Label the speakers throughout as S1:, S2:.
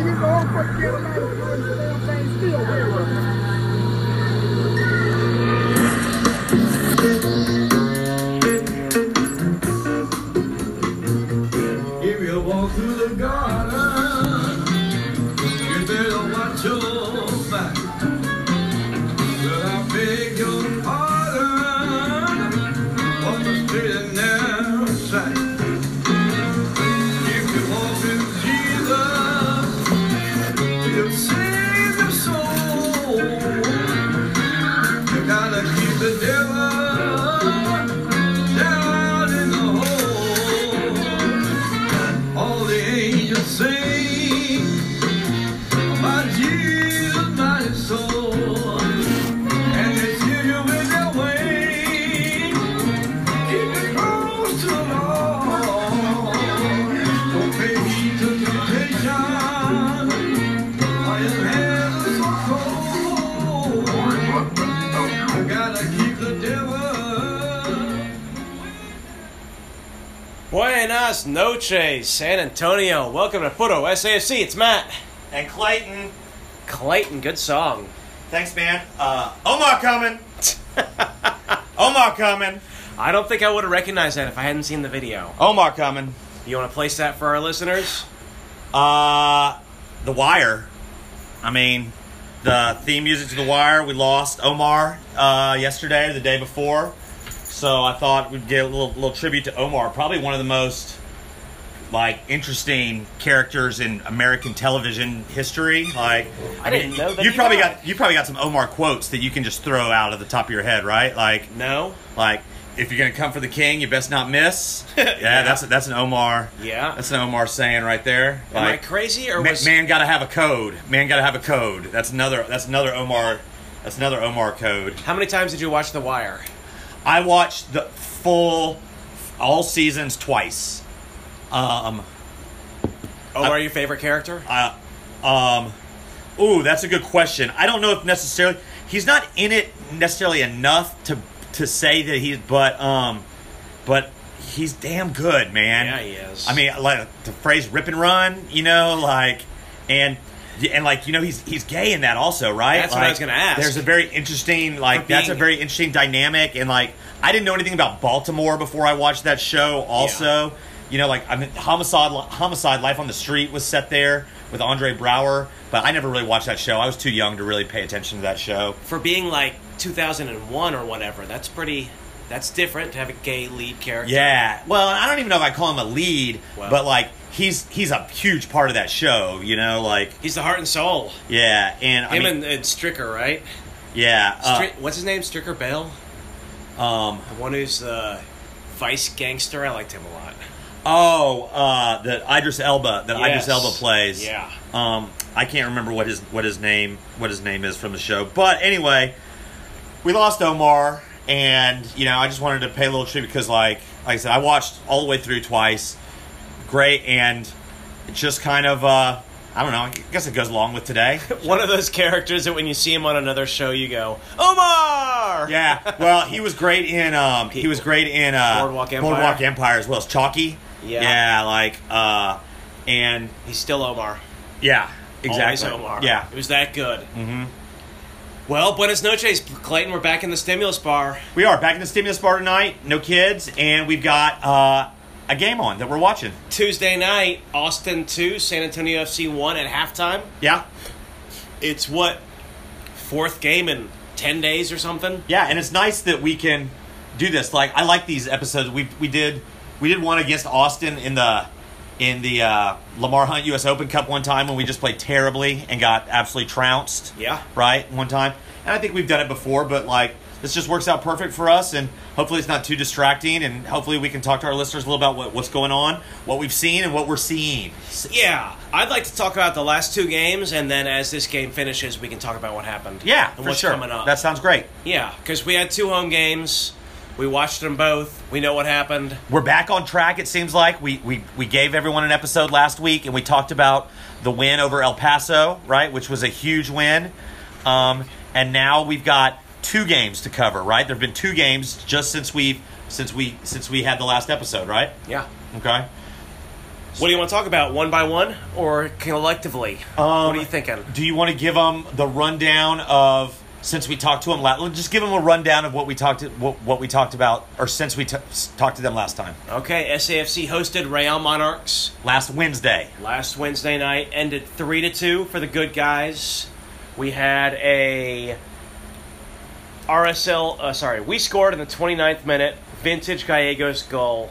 S1: North Carolina doing the damn thing still railroad.
S2: If you walk through the garden, you better watch your back. Well, I beg your pardon on the straight and narrow track. If you walk with Jesus, you'll save your soul. You gotta keep the devil down in the hole. All the angels sing about Jesus, mighty soul. And they cheer you with their wings. Keep it close to the Lord. Don't pay heed to temptation. Or your hands are so cold. You gotta keep the devil.
S3: Buenas noches, San Antonio. Welcome to Foto SAFC. It's Matt.
S4: And Clayton,
S3: Clayton, good song.
S4: thanks, man. Uh, Omar coming. Omar coming.
S3: I don't think I would have recognized that if I hadn't seen the video.
S4: Omar coming.
S3: You want to place that for our listeners?
S4: Uh, The Wire. I mean, the theme music to The Wire. We lost Omar uh, yesterday or the day before, so I thought we'd give a little, little tribute to Omar. Probably one of the most like interesting characters in American television history. Like,
S3: I didn't know that
S4: You
S3: he
S4: probably
S3: died.
S4: got you probably got some Omar quotes that you can just throw out of the top of your head, right? Like,
S3: No.
S4: Like, if you're gonna come for the king, you best not miss. yeah, that's that's an Omar.
S3: Yeah.
S4: that's an Omar saying right there.
S3: Am I
S4: Like,
S3: crazy or
S4: ma-
S3: was
S4: man gotta have a code. Man gotta have a code. That's another. That's another Omar. That's another Omar code.
S3: How many times did you watch The Wire?
S4: I watched the full, all seasons twice. Um,
S3: Omar, Oh, your favorite character?
S4: Uh, um, ooh, that's a good question. I don't know if necessarily he's not in it necessarily enough to to say that he's, but um, but he's damn good, man.
S3: Yeah, he is.
S4: I mean, like the phrase "rip and run," you know, like and. And like you know, he's he's gay in that also, right?
S3: That's what I
S4: Like,
S3: was gonna ask.
S4: There's a very interesting like
S3: For
S4: that's a
S3: being-
S4: very interesting dynamic, and like I didn't know anything about Baltimore before I watched that show. Also, you know, like I mean, homicide, homicide, life on the street was set there with Andre Brower, but I never really watched that show. I was too young to really pay attention to that show.
S3: for being like 2001 or whatever, that's pretty. That's different to have a gay lead character.
S4: Yeah, well, I don't even know if I call him a lead,
S3: Wow.
S4: but like he's he's a huge part of that show. You know, like
S3: He's the heart and soul.
S4: yeah, and I
S3: Him
S4: mean,
S3: and, and Stricker, right?
S4: yeah, uh,
S3: Stri- what's his name? Stricker Bell?
S4: um,
S3: The one who's the vice gangster. I liked him a lot.
S4: oh, uh, that Idris Elba that
S3: Yes.
S4: Idris Elba plays.
S3: Yeah.
S4: Um, I can't remember what his what his name what his name is from the show, but anyway, we lost Omar, and you know I just wanted to pay a little tribute because like like I said, I watched all the way through twice. Great, and it just kind of uh, I don't know. I guess it goes along with today.
S3: One of those characters that when you see him on another show, you go, Omar!
S4: Yeah. Well, he was great in um he was great in uh
S3: Boardwalk Empire.
S4: Boardwalk Empire as well as Chalky.
S3: Yeah.
S4: Yeah, like uh, and
S3: He's still Omar.
S4: yeah, exactly.
S3: Always Omar.
S4: Yeah.
S3: It was that good. Mm-hmm. Well, buenas noches, Clayton. We're back in the stimulus bar.
S4: We are back in the stimulus bar tonight. No kids, and we've got uh, a game on that we're watching.
S3: Tuesday night, Austin 2, San Antonio FC 1 at halftime.
S4: Yeah,
S3: It's what? Fourth game in 10 days or something?
S4: yeah, and it's nice that we can do this. Like I like these episodes. We we did we did one against Austin in the in the uh, Lamar Hunt U.S. Open Cup one time when we just played terribly and got absolutely trounced.
S3: Yeah.
S4: right one time, and I think we've done it before, but like. This just works out perfect for us, and hopefully it's not too distracting. And hopefully we can talk to our listeners a little about what, what's going on, what we've seen, and what we're seeing.
S3: Yeah. I'd like to talk about the last two games, and then as this game finishes, we can talk about what happened.
S4: Yeah,
S3: and
S4: for
S3: what's
S4: sure.
S3: coming up.
S4: That sounds great.
S3: yeah, because we had two home games. We watched them both. We know what happened.
S4: We're back on track. It seems like we we we gave everyone an episode last week, and we talked about the win over El Paso, right, which was a huge win. Um, and now we've got two games to cover, right? There've been two games just since we since we since we had the last episode, right?
S3: Yeah.
S4: Okay.
S3: What do you want to talk about, one by one or collectively?
S4: Um,
S3: what are you thinking?
S4: Do you want to give them the rundown of since we talked to them last? Just give them a rundown of what we talked what, what we talked about, or since we t- s- talked to them last time,
S3: Okay, SAFC hosted Real Monarchs
S4: last Wednesday.
S3: last Wednesday night. Ended three to two for the good guys. We had a RSL. Uh, sorry, we scored in the 29th minute. Vintage Gallegos goal,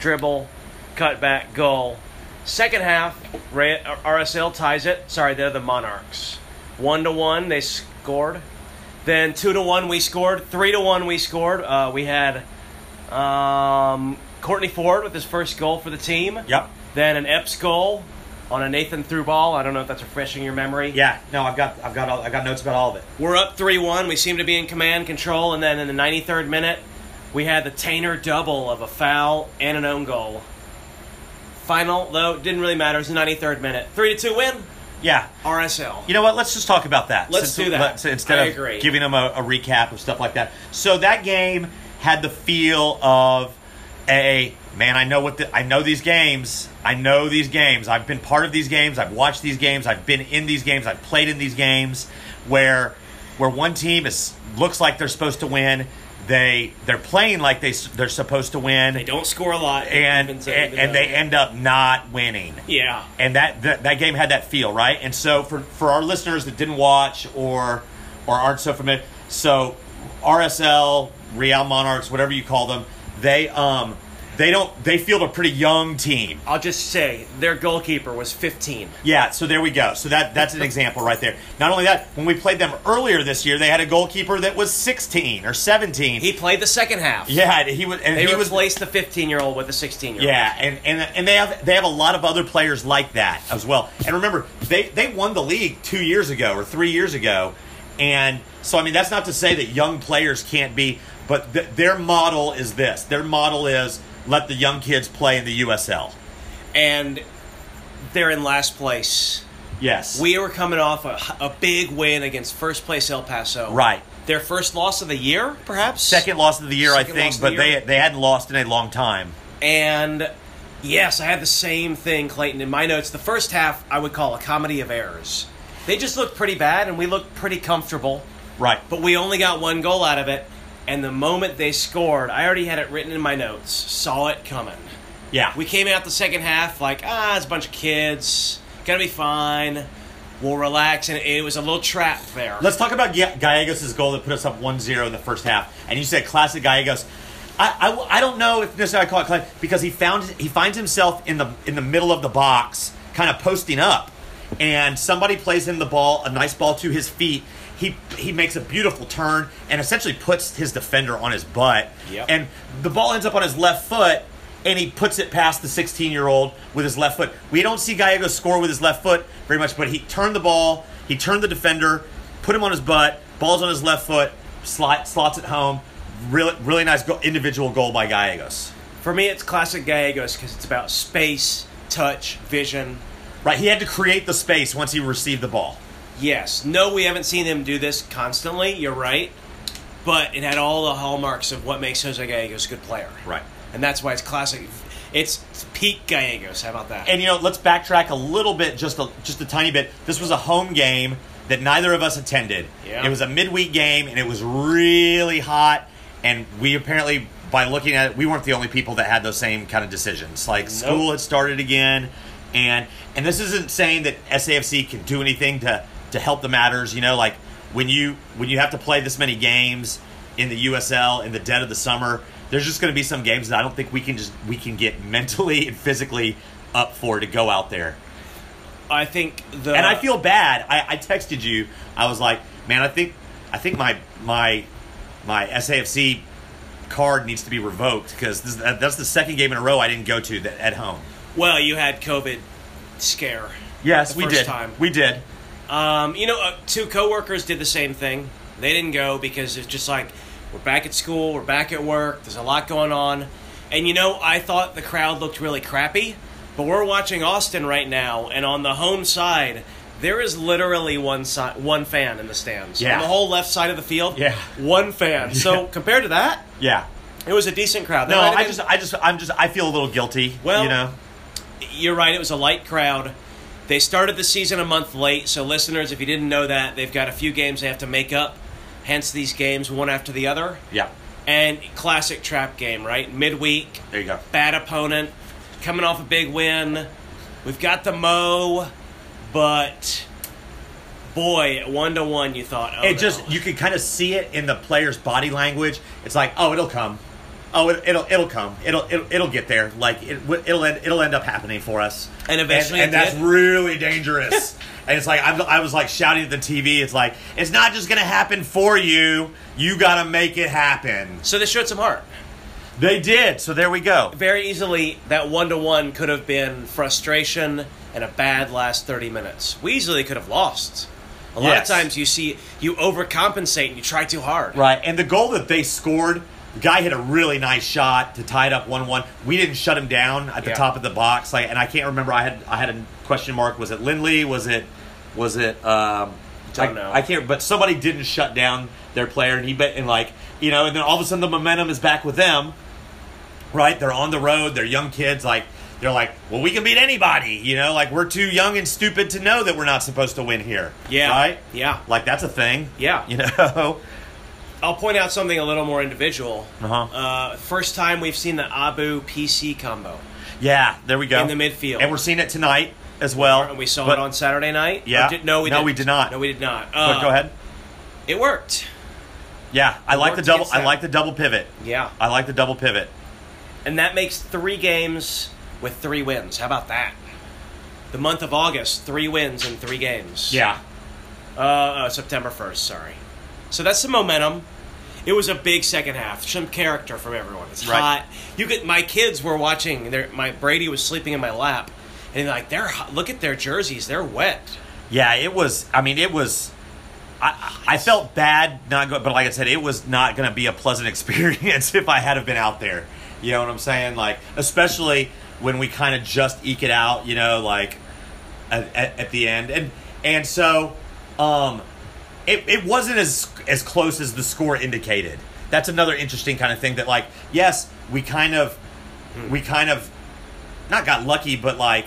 S3: dribble, cutback goal. Second half, Re- uh, RSL ties it. Sorry, they're the Monarchs. One to one, they scored. Then two to one, we scored. Three to one, we scored. Uh, we had um, Courtney Ford with his first goal for the team.
S4: Yep.
S3: Then an Epps goal on a Nathan through ball. I don't know if that's refreshing your memory.
S4: Yeah. No, I've got I've got all, I've got notes about all of it.
S3: We're up 3 1. We seem to be in command control. And then in the 93rd minute, we had the Tainer double of a foul and an own goal. Final, though, it didn't really matter. It was the 93rd minute. 3 to 2 win,
S4: Yeah.
S3: RSL.
S4: You know what? Let's just talk about that.
S3: Let's do that.
S4: let- instead
S3: I
S4: of
S3: agree.
S4: giving them a, a recap of stuff like that. So that game had the feel of a man. I know what the, I know these games. I know these games. I've been part of these games. I've watched these games. I've been in these games. I've played in these games where where one team is looks like they're supposed to win. They they're playing like they s- they're supposed to win,
S3: They don't score a lot.
S4: and
S3: Even
S4: and,
S3: so,
S4: and they end up not winning
S3: Yeah.
S4: and that, that that game had that feel, right? And so for for our listeners that didn't watch or or aren't so familiar, so RSL, Real Monarchs, whatever you call them, they um they don't they field a pretty young team.
S3: I'll just say their goalkeeper was 15.
S4: Yeah, so there we go. So that that's an example right there. Not only that, when we played them earlier this year, they had a goalkeeper that was 16 or 17.
S3: He played the second half.
S4: yeah, he was and
S3: They
S4: he was
S3: replaced the 15 year old with a 16 year old.
S4: Yeah, and, and and they have they have a lot of other players like that as well. And remember, they they won the league two years ago or three years ago, and so I mean that's not to say that young players can't be, but th- their model is this. Their model is let the young kids play in the USL.
S3: And they're in last place.
S4: Yes,
S3: We were coming off a, a big win against first place El Paso.
S4: Right.
S3: Their first loss of the year, perhaps?
S4: second loss of the year, I
S3: Second loss
S4: think,
S3: of
S4: but
S3: the
S4: they
S3: year.
S4: they hadn't lost in a long time.
S3: And yes, I had the same thing, Clayton, in my notes. The first half I would call a comedy of errors. They just looked pretty bad, and we looked pretty comfortable.
S4: Right.
S3: But we only got one goal out of it. And the moment they scored, I already had it written in my notes. Saw it coming.
S4: Yeah.
S3: We came out the second half like, ah, it's a bunch of kids. Gonna be fine. We'll relax. And it was a little trap there.
S4: Let's talk about Ga- Gallegos' goal that put us up 1-0 in the first half. And you said classic Gallegos. I, I, I don't know if necessarily I call it classic because he found he finds himself in the in the middle of the box, kind of posting up, and somebody plays him the ball, a nice ball to his feet. He he makes a beautiful turn and essentially puts his defender on his butt.
S3: Yep.
S4: And the ball ends up on his left foot and he puts it past the 16 year old with his left foot. We don't see Gallegos score with his left foot very much, but he turned the ball, he turned the defender, put him on his butt, ball's on his left foot, slot, slots it home. Really, really nice go- individual goal by Gallegos.
S3: For me, it's classic Gallegos because it's about space, touch, vision.
S4: Right, he had to create the space once he received the ball.
S3: Yes, no, we haven't seen him do this constantly. You're right, but it had all the hallmarks of what makes Jose Gallegos a good player.
S4: Right.
S3: and that's why it's classic. It's peak Gallegos. How about that?
S4: And you know, let's backtrack a little bit, just a just a tiny bit. This was a home game that neither of us attended.
S3: Yeah.
S4: It was a midweek game, and it was really hot. And we apparently, by looking at it, we weren't the only people that had those same kind of decisions. Like school had started again, and and this isn't saying that SAFC can do anything to to help the matters. You know, like when you when you have to play this many games in the USL in the dead of the summer. There's just going to be some games that I don't think we can just we can get mentally and physically up for to go out there.
S3: I think the
S4: And I feel bad. I, I texted you. I was like, man, I think I think my my my SAFC card needs to be revoked because that's the second game in a row I didn't go to that, at home.
S3: well. You had COVID scare.
S4: Yes,
S3: The
S4: we
S3: first
S4: did.
S3: time.
S4: We did.
S3: Um, you know, uh, two coworkers did the same thing. They didn't go because it's just like we're back at school, we're back at work. There's a lot going on, and you know, I thought the crowd looked really crappy, but we're watching Austin right now, and on the home side, there is literally one si- one fan in the stands.
S4: Yeah.
S3: on the whole left side of the field.
S4: Yeah.
S3: one fan. So compared to that,
S4: Yeah.
S3: it was a decent crowd. That
S4: No,
S3: might have
S4: I
S3: been-
S4: just I just I'm just I feel a little guilty.
S3: Well,
S4: you know,
S3: you're right. It was a light crowd. They started the season a month late, so listeners, if you didn't know that, they've got a few games they have to make up. Hence these games, one after the other.
S4: Yeah.
S3: And classic trap game, right? Midweek,
S4: There you go.
S3: bad opponent, coming off a big win. We've got the mo, but boy, one to one, you thought. Oh,
S4: It
S3: no.
S4: just you can kind of see it in the player's body language. It's like, oh, it'll come. Oh, it, it'll it'll come. It'll, it'll it'll get there. Like it, wi- it'll end, it'll end up happening for us.
S3: And eventually
S4: and,
S3: it
S4: that's
S3: did.
S4: really dangerous. and it's like I'm, I was like shouting at the TV. It's like it's not just gonna happen for you. You gotta make it happen.
S3: so they showed some heart.
S4: They did. So there we go.
S3: Very easily, that one to one could have been frustration and a bad last thirty minutes. We easily could have lost. A lot
S4: Yes.
S3: of times, you see you overcompensate and you try too hard.
S4: Right. And the goal that they scored, the guy hit a really nice shot to tie it up one-one. We didn't shut him down at the
S3: Yeah.
S4: top of the box. Like, and I can't remember. I had I had a question mark. Was it Lindley? Was it was it? Um,
S3: Don't
S4: I,
S3: know.
S4: I can't. But somebody didn't shut down their player, and he bet and like you know, and then all of a sudden the momentum is back with them. Right. They're on the road. They're young kids. Like. They're like, well, we can beat anybody, you know. Like we're too young and stupid to know that we're not supposed to win here.
S3: Yeah.
S4: Right.
S3: Yeah.
S4: Like that's a thing.
S3: Yeah.
S4: You know.
S3: I'll point out something a little more individual.
S4: Uh-huh.
S3: Uh, first time we've seen the Abu PC combo,
S4: Yeah, there we go.
S3: In the midfield.
S4: and we're seeing it tonight as well.
S3: and we saw
S4: But-
S3: it on Saturday night. Or
S4: Yeah.
S3: did- no, we
S4: No,
S3: didn't.
S4: we did not.
S3: No, we did not.
S4: but
S3: Uh,
S4: go ahead.
S3: It worked.
S4: Yeah, I like the
S3: worked
S4: double.
S3: against
S4: I
S3: that.
S4: like the double pivot.
S3: Yeah,
S4: I like the double pivot.
S3: and that makes three games with three wins. How about that? The month of August, three wins in three games. Uh, uh, September first. Sorry. So that's some momentum. It was a big second half. Some character from everyone. It's
S4: Right.
S3: hot. You could. My kids were watching. Their, my Brady was sleeping in my lap, and they're like, "They're hot. look at their jerseys. They're wet."
S4: yeah. It was. I mean, it was. I, I I felt bad not going, but like I said, it was not going to be a pleasant experience if I had have been out there. You know what I'm saying? Like, especially when we kind of just eke it out. You know, like at, at, at the end, and and so, um, it, it wasn't as as close as the score indicated. That's another interesting kind of thing that like yes, we kind of we kind of not got lucky, but like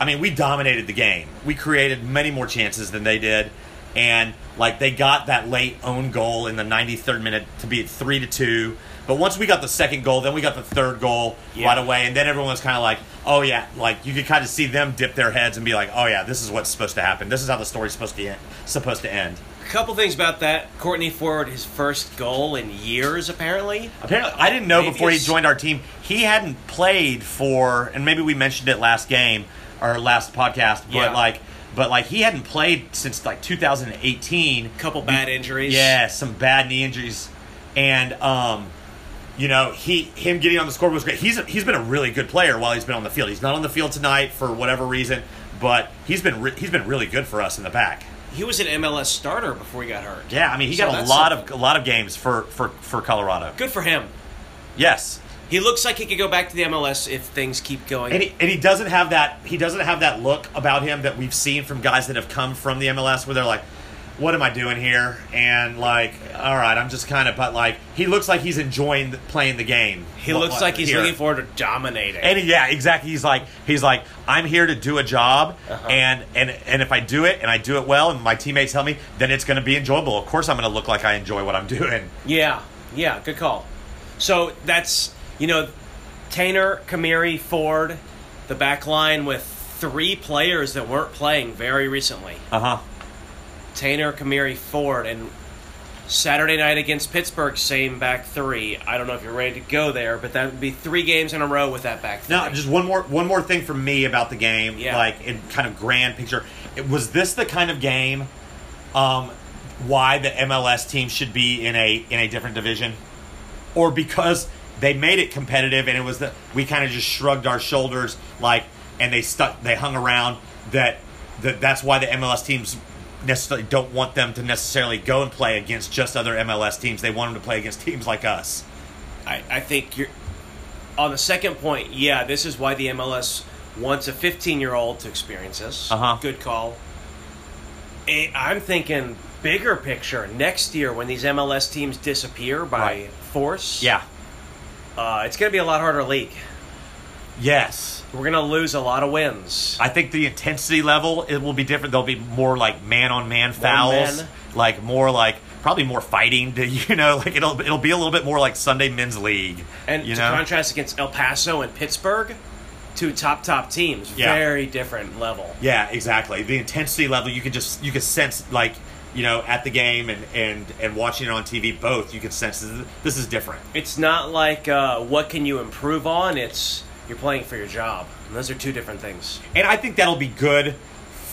S4: I mean, we dominated the game. We created many more chances than they did and like they got that late own goal in the 93rd minute to be at 3 to 2. But once we got the second goal, then we got the third goal
S3: Yeah.
S4: right away and then everyone was kind of like, "Oh yeah, like you could kind of see them dip their heads and be like, "Oh yeah, this is what's supposed to happen. This is how the story's supposed to end." Supposed to end.
S3: A couple things about that. Courtney Ford, his first goal in years, apparently.
S4: Apparently, I didn't know
S3: Maybe
S4: before he
S3: it's-
S4: joined our team. He hadn't played for, and maybe we mentioned it last game or last podcast, but
S3: Yeah.
S4: like, but like he hadn't played since like 2018.
S3: couple bad injuries.
S4: Yeah, some bad knee injuries, and um, you know he him getting on the scoreboard was great. He's he's been a really good player while he's been on the field. He's not on the field tonight for whatever reason, but he's been re- he's been really good for us in the back.
S3: He was an MLS starter before he got hurt.
S4: Yeah, I mean he
S3: So
S4: got a
S3: that's
S4: lot
S3: something.
S4: of a lot of games for for for Colorado.
S3: Good for him.
S4: Yes.
S3: He looks like he could go back to the MLS if things keep going.
S4: And he, and he doesn't have that he doesn't have that look about him that we've seen from guys that have come from the MLS where they're like, "What am I doing here?" And like, "All right, I'm just kind of." But like, he looks like he's enjoying the, playing the game.
S3: he looks like he's
S4: Here.
S3: looking forward to dominating.
S4: And he- yeah, exactly. He's like he's like I'm here to do a job,
S3: Uh-huh.
S4: and and and if I do it and I do it well, and my teammates help me, then it's going to be enjoyable. Of course, I'm going to look like I enjoy what I'm doing.
S3: yeah, yeah, good call. So that's, you know, Tanner, Kamiri, Ford, the back line with three players that weren't playing very recently.
S4: Uh huh.
S3: Tanner, Kamiri, Ford, and Saturday night against Pittsburgh, same back three. I don't know if you're ready to go there, but that would be three games in a row with that back three.
S4: No, just one more one more thing from me about the game,
S3: Yeah.
S4: like in kind of grand picture. It, was this the kind of game um, why the MLS team should be in a in a different division, or because they made it competitive and it was the we kind of just shrugged our shoulders like and they stuck they hung around that that that's why the MLS teams necessarily don't want them to necessarily go and play against just other MLS teams. They want them to play against teams like us.
S3: I, I think you're on the second point. Yeah, this is why the MLS wants a 15 year old to experience this.
S4: Uh-huh.
S3: Good call. Eh, I'm thinking bigger picture next year when these MLS teams disappear by
S4: Right.
S3: force.
S4: Yeah.
S3: uh, it's going to be a lot harder league.
S4: Yes.
S3: We're gonna lose a lot of wins.
S4: I think the intensity level it will be different. There'll be more like man on man fouls,
S3: men.
S4: like more like probably more fighting. To, you know, like it'll it'll be a little bit more like Sunday men's league.
S3: And
S4: you
S3: to
S4: know,
S3: contrast against El Paso and Pittsburgh, two top top teams,
S4: Yeah.
S3: very different level.
S4: yeah, exactly. The intensity level you could just you could sense like you know at the game and and and watching it on TV both you could sense this is, this is different.
S3: It's not like uh, what can you improve on. It's you're playing for your job. And those are two different things.
S4: and I think that'll be good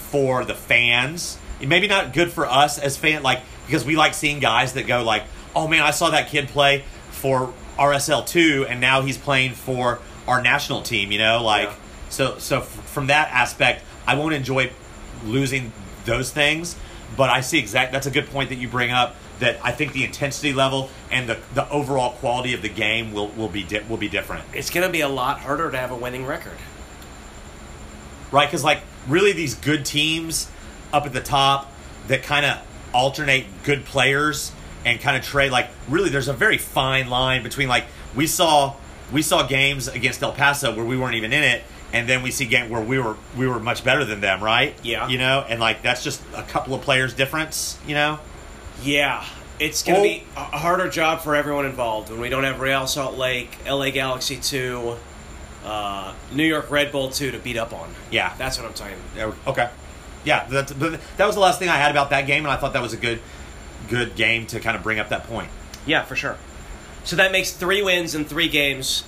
S4: for the fans. Maybe not good for us as fan, like because we like seeing guys that go like, "Oh man, I saw that kid play for RSL two, and now he's playing for our national team." You know, like
S3: Yeah.
S4: so. So f- from that aspect, I won't enjoy losing those things. But I see exact. That's a good point that you bring up. That I think the intensity level and the, the overall quality of the game will, will be di- will be different.
S3: It's gonna be a lot harder to have a winning record.
S4: right? Because like really, these good teams up at the top that kind of alternate good players and kind of trade. Like really, there's a very fine line between like we saw we saw games against El Paso where we weren't even in it, and then we see game where we were we were much better than them, right?
S3: Yeah.
S4: you know, and like that's just a couple of players difference, you know.
S3: Yeah, it's going to
S4: Oh.
S3: be a a harder job for everyone involved when we don't have Real Salt Lake, LA Galaxy 2, uh, New York Red Bull 2 to beat up on.
S4: Yeah.
S3: That's what I'm talking
S4: There we- Okay. Yeah, that's, but that was the last thing I had about that game, and I thought that was a good, good game to kind of bring up that point.
S3: Yeah, for sure. So that makes three wins in three games.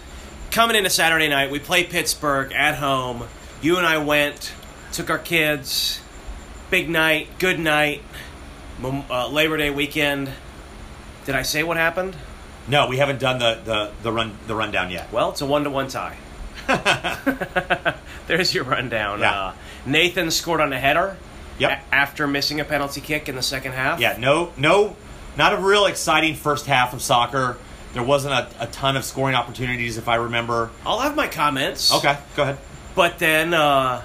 S3: Coming into Saturday night, we play Pittsburgh at home. You and I went, took our kids. Big night, good night, Mem- uh, Labor Day weekend. Did I say what happened?
S4: No, we haven't done the, the, the run the rundown yet.
S3: Well, it's a one to one tie. There's your rundown.
S4: Yeah.
S3: Uh, Nathan scored on a header
S4: Yep.
S3: a- after missing a penalty kick in the second half.
S4: Yeah, no, no, not a real exciting first half of soccer. There wasn't a, a ton of scoring opportunities, if I remember.
S3: I'll have my comments.
S4: Okay, go ahead.
S3: But then, uh,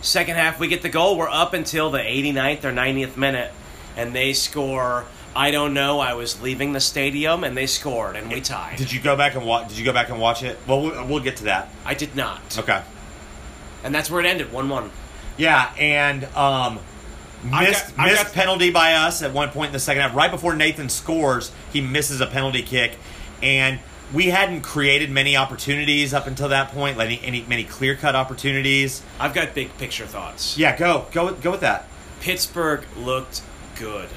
S3: second half, we get the goal. We're up until the 89th or 90th minute, and they score. I don't know. I was leaving the stadium, and they scored, and we tied.
S4: Did you go back and watch? Did you go back and watch it? Well, we'll, we'll get to that.
S3: I did not.
S4: Okay.
S3: And that's where it ended 1 1.
S4: Yeah, and um,
S3: I got-
S4: missed
S3: I
S4: missed
S3: got-
S4: penalty by us at one point in the second half. Right before Nathan scores, he misses a penalty kick, and we hadn't created many opportunities up until that point, like any, any many clear cut opportunities.
S3: I've got big picture thoughts.
S4: Yeah, go go go with that.
S3: Pittsburgh looked good.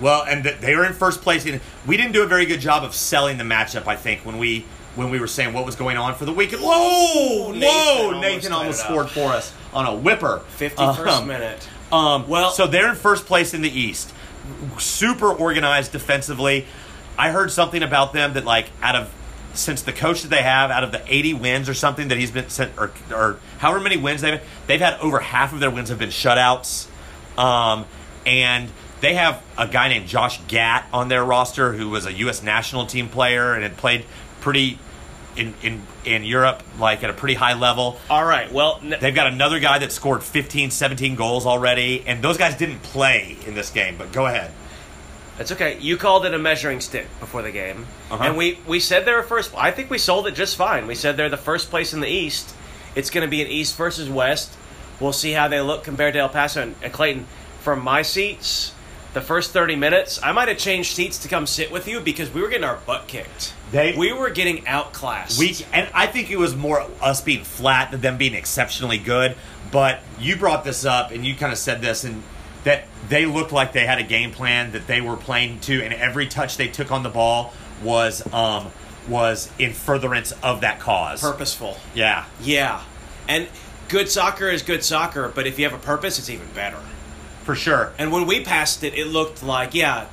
S4: Well, and th- they were in first place. And we didn't do a very good job of selling the matchup. I think when we when we were saying what was going on for the week. Whoa,
S3: Nathan
S4: whoa!
S3: almost
S4: Nathan
S3: tied
S4: almost
S3: it up.
S4: scored for us on a whipper.
S3: 51st
S4: Um,
S3: minute.
S4: Um,
S3: Well-
S4: well, so they're in first place in the East. Super organized defensively. I heard something about them that like out of since the coach that they have out of the 80 wins or something that he's been sent or, or however many wins they've they've had over half of their wins have been shutouts. Um, and they have a guy named Josh Gatt on their roster who was a U.S. national team player and had played pretty in in, in Europe like at a pretty high level.
S3: All right. Well, n-
S4: They've got another guy that scored 15, 17 goals already, and those guys didn't play in this game, but go ahead.
S3: that's okay. You called it a measuring stick before the game,
S4: Uh-huh.
S3: and we we said they're first. I think we sold it just fine. We said they're the first place in the East. It's going to be an East versus West. We'll see how they look compared to El Paso and, and Clayton. From my seats, the first thirty minutes, I might have changed seats to come sit with you because we were getting our butt kicked.
S4: They-
S3: we were getting outclassed.
S4: We and I think it was more us being flat than them being exceptionally good. But you brought this up and you kind of said this and that they looked like they had a game plan that they were playing to, and every touch they took on the ball was um was in furtherance of that cause.
S3: purposeful.
S4: Yeah.
S3: Yeah, and good soccer is good soccer, but if you have a purpose, it's even better.
S4: For sure.
S3: And when we passed it, it looked like, yeah,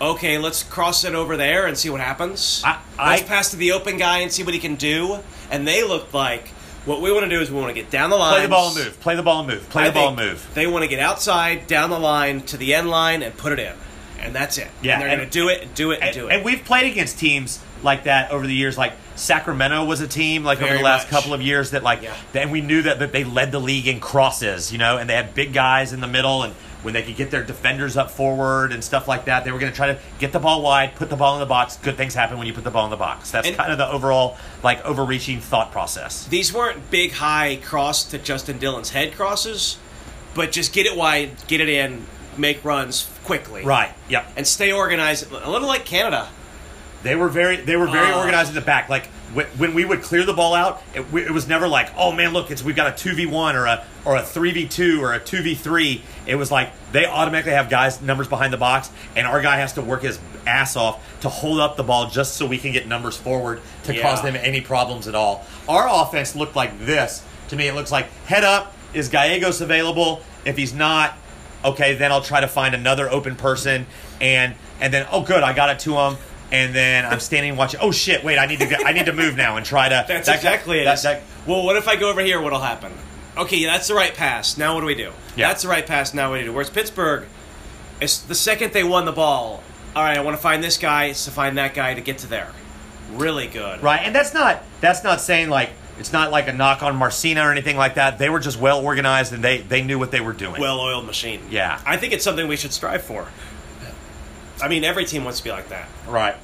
S3: okay, let's cross it over there and see what happens.
S4: I-
S3: let's
S4: I-
S3: pass to the open guy and see what he can do. And they looked like, what we want to do is we want to get down the line.
S4: Play the ball and move. Play the ball and move. Play the ball and move.
S3: They want to get outside, down the line, to the end line, and put it in. And that's it.
S4: Yeah,
S3: And they're
S4: and-
S3: going to do it and do it and, do it.
S4: And we've played against teams like that over the years. Like Sacramento was a team like over
S3: Very
S4: the last
S3: much.
S4: couple of years that like
S3: Yeah.
S4: and we knew that, that they led the league in crosses, you know, and they had big guys in the middle and when they could get their defenders up forward and stuff like that, they were going to try to get the ball wide, put the ball in the box. Good things happen when you put the ball in the box. That's
S3: And-
S4: kind of the overall like overreaching thought process.
S3: These weren't big high cross to Justin Dillon's head crosses, but just get it wide, get it in, make runs quickly.
S4: Right. Yep.
S3: And stay organized, a little like Canada.
S4: They were very they were very
S3: Ah.
S4: organized in the back. Like wh- when we would clear the ball out, it, we- it was never like, oh man, look, it's we've got a two v one or a or a three v two or a two v three. It was like they automatically have guys numbers behind the box, and our guy has to work his ass off to hold up the ball just so we can get numbers forward to
S3: Yeah.
S4: cause them any problems at all. Our offense looked like this to me. It looks like head up is Gallegos available. If he's not, okay, then I'll try to find another open person, and and then oh good, I got it to him, and then I'm standing watching. Oh shit, wait, I need to get, I need to move now and try to.
S3: That's
S4: that-
S3: exactly it.
S4: that-
S3: It's
S4: that-
S3: like, well, what if I go over here? What'll happen? Okay, that's the right pass. Now what do we do?
S4: Yeah.
S3: That's the right pass. Now what do we do? Whereas Pittsburgh, it's the second they won the ball. All right, I want to find this guy. It's to find that guy to get to there. Really good.
S4: right, and that's not that's not saying like it's not like a knock on Marcina or anything like that. They were just well organized and they they knew what they were doing.
S3: Well-oiled machine.
S4: Yeah.
S3: I think it's something we should strive for. I mean, every team wants to be like that.
S4: right.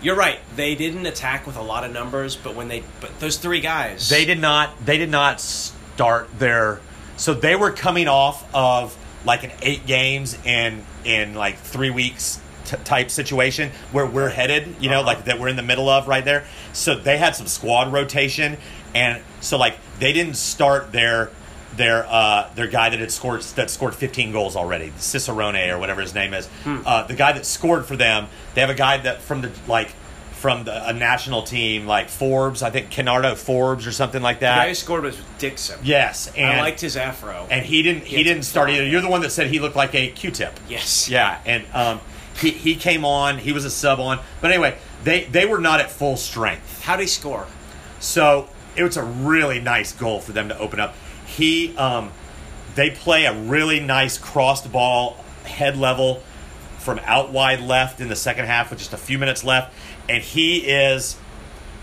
S3: You're right. They didn't attack with a lot of numbers, but when they but those three guys,
S4: They did not. They did not start their. So they were coming off of like an eight games in in like three weeks t- type situation where we're headed. You know, like that we're in the middle of right there. So they had some squad rotation, and so like they didn't start their their uh, their guy that had scored that scored 15 goals already, Cicerone or whatever his name is.
S3: Hmm.
S4: Uh, the guy that scored for them. They have a guy that from the like from the, a national team like Forbes, I think Canardo Forbes or something like
S3: the
S4: that.
S3: guy who scored was Dixon.
S4: yes, and
S3: I liked his afro.
S4: and he didn't he
S3: Yeah,
S4: didn't start either.
S3: fine.
S4: You're the one that said he looked like a Q-tip.
S3: yes,
S4: Yeah, and um, he he came on. He was a sub on, but anyway, they they were not at full strength.
S3: How would he score?
S4: So it was a really nice goal for them to open up. He, um, they play a really nice crossed ball head level from out wide left in the second half with just a few minutes left, and he is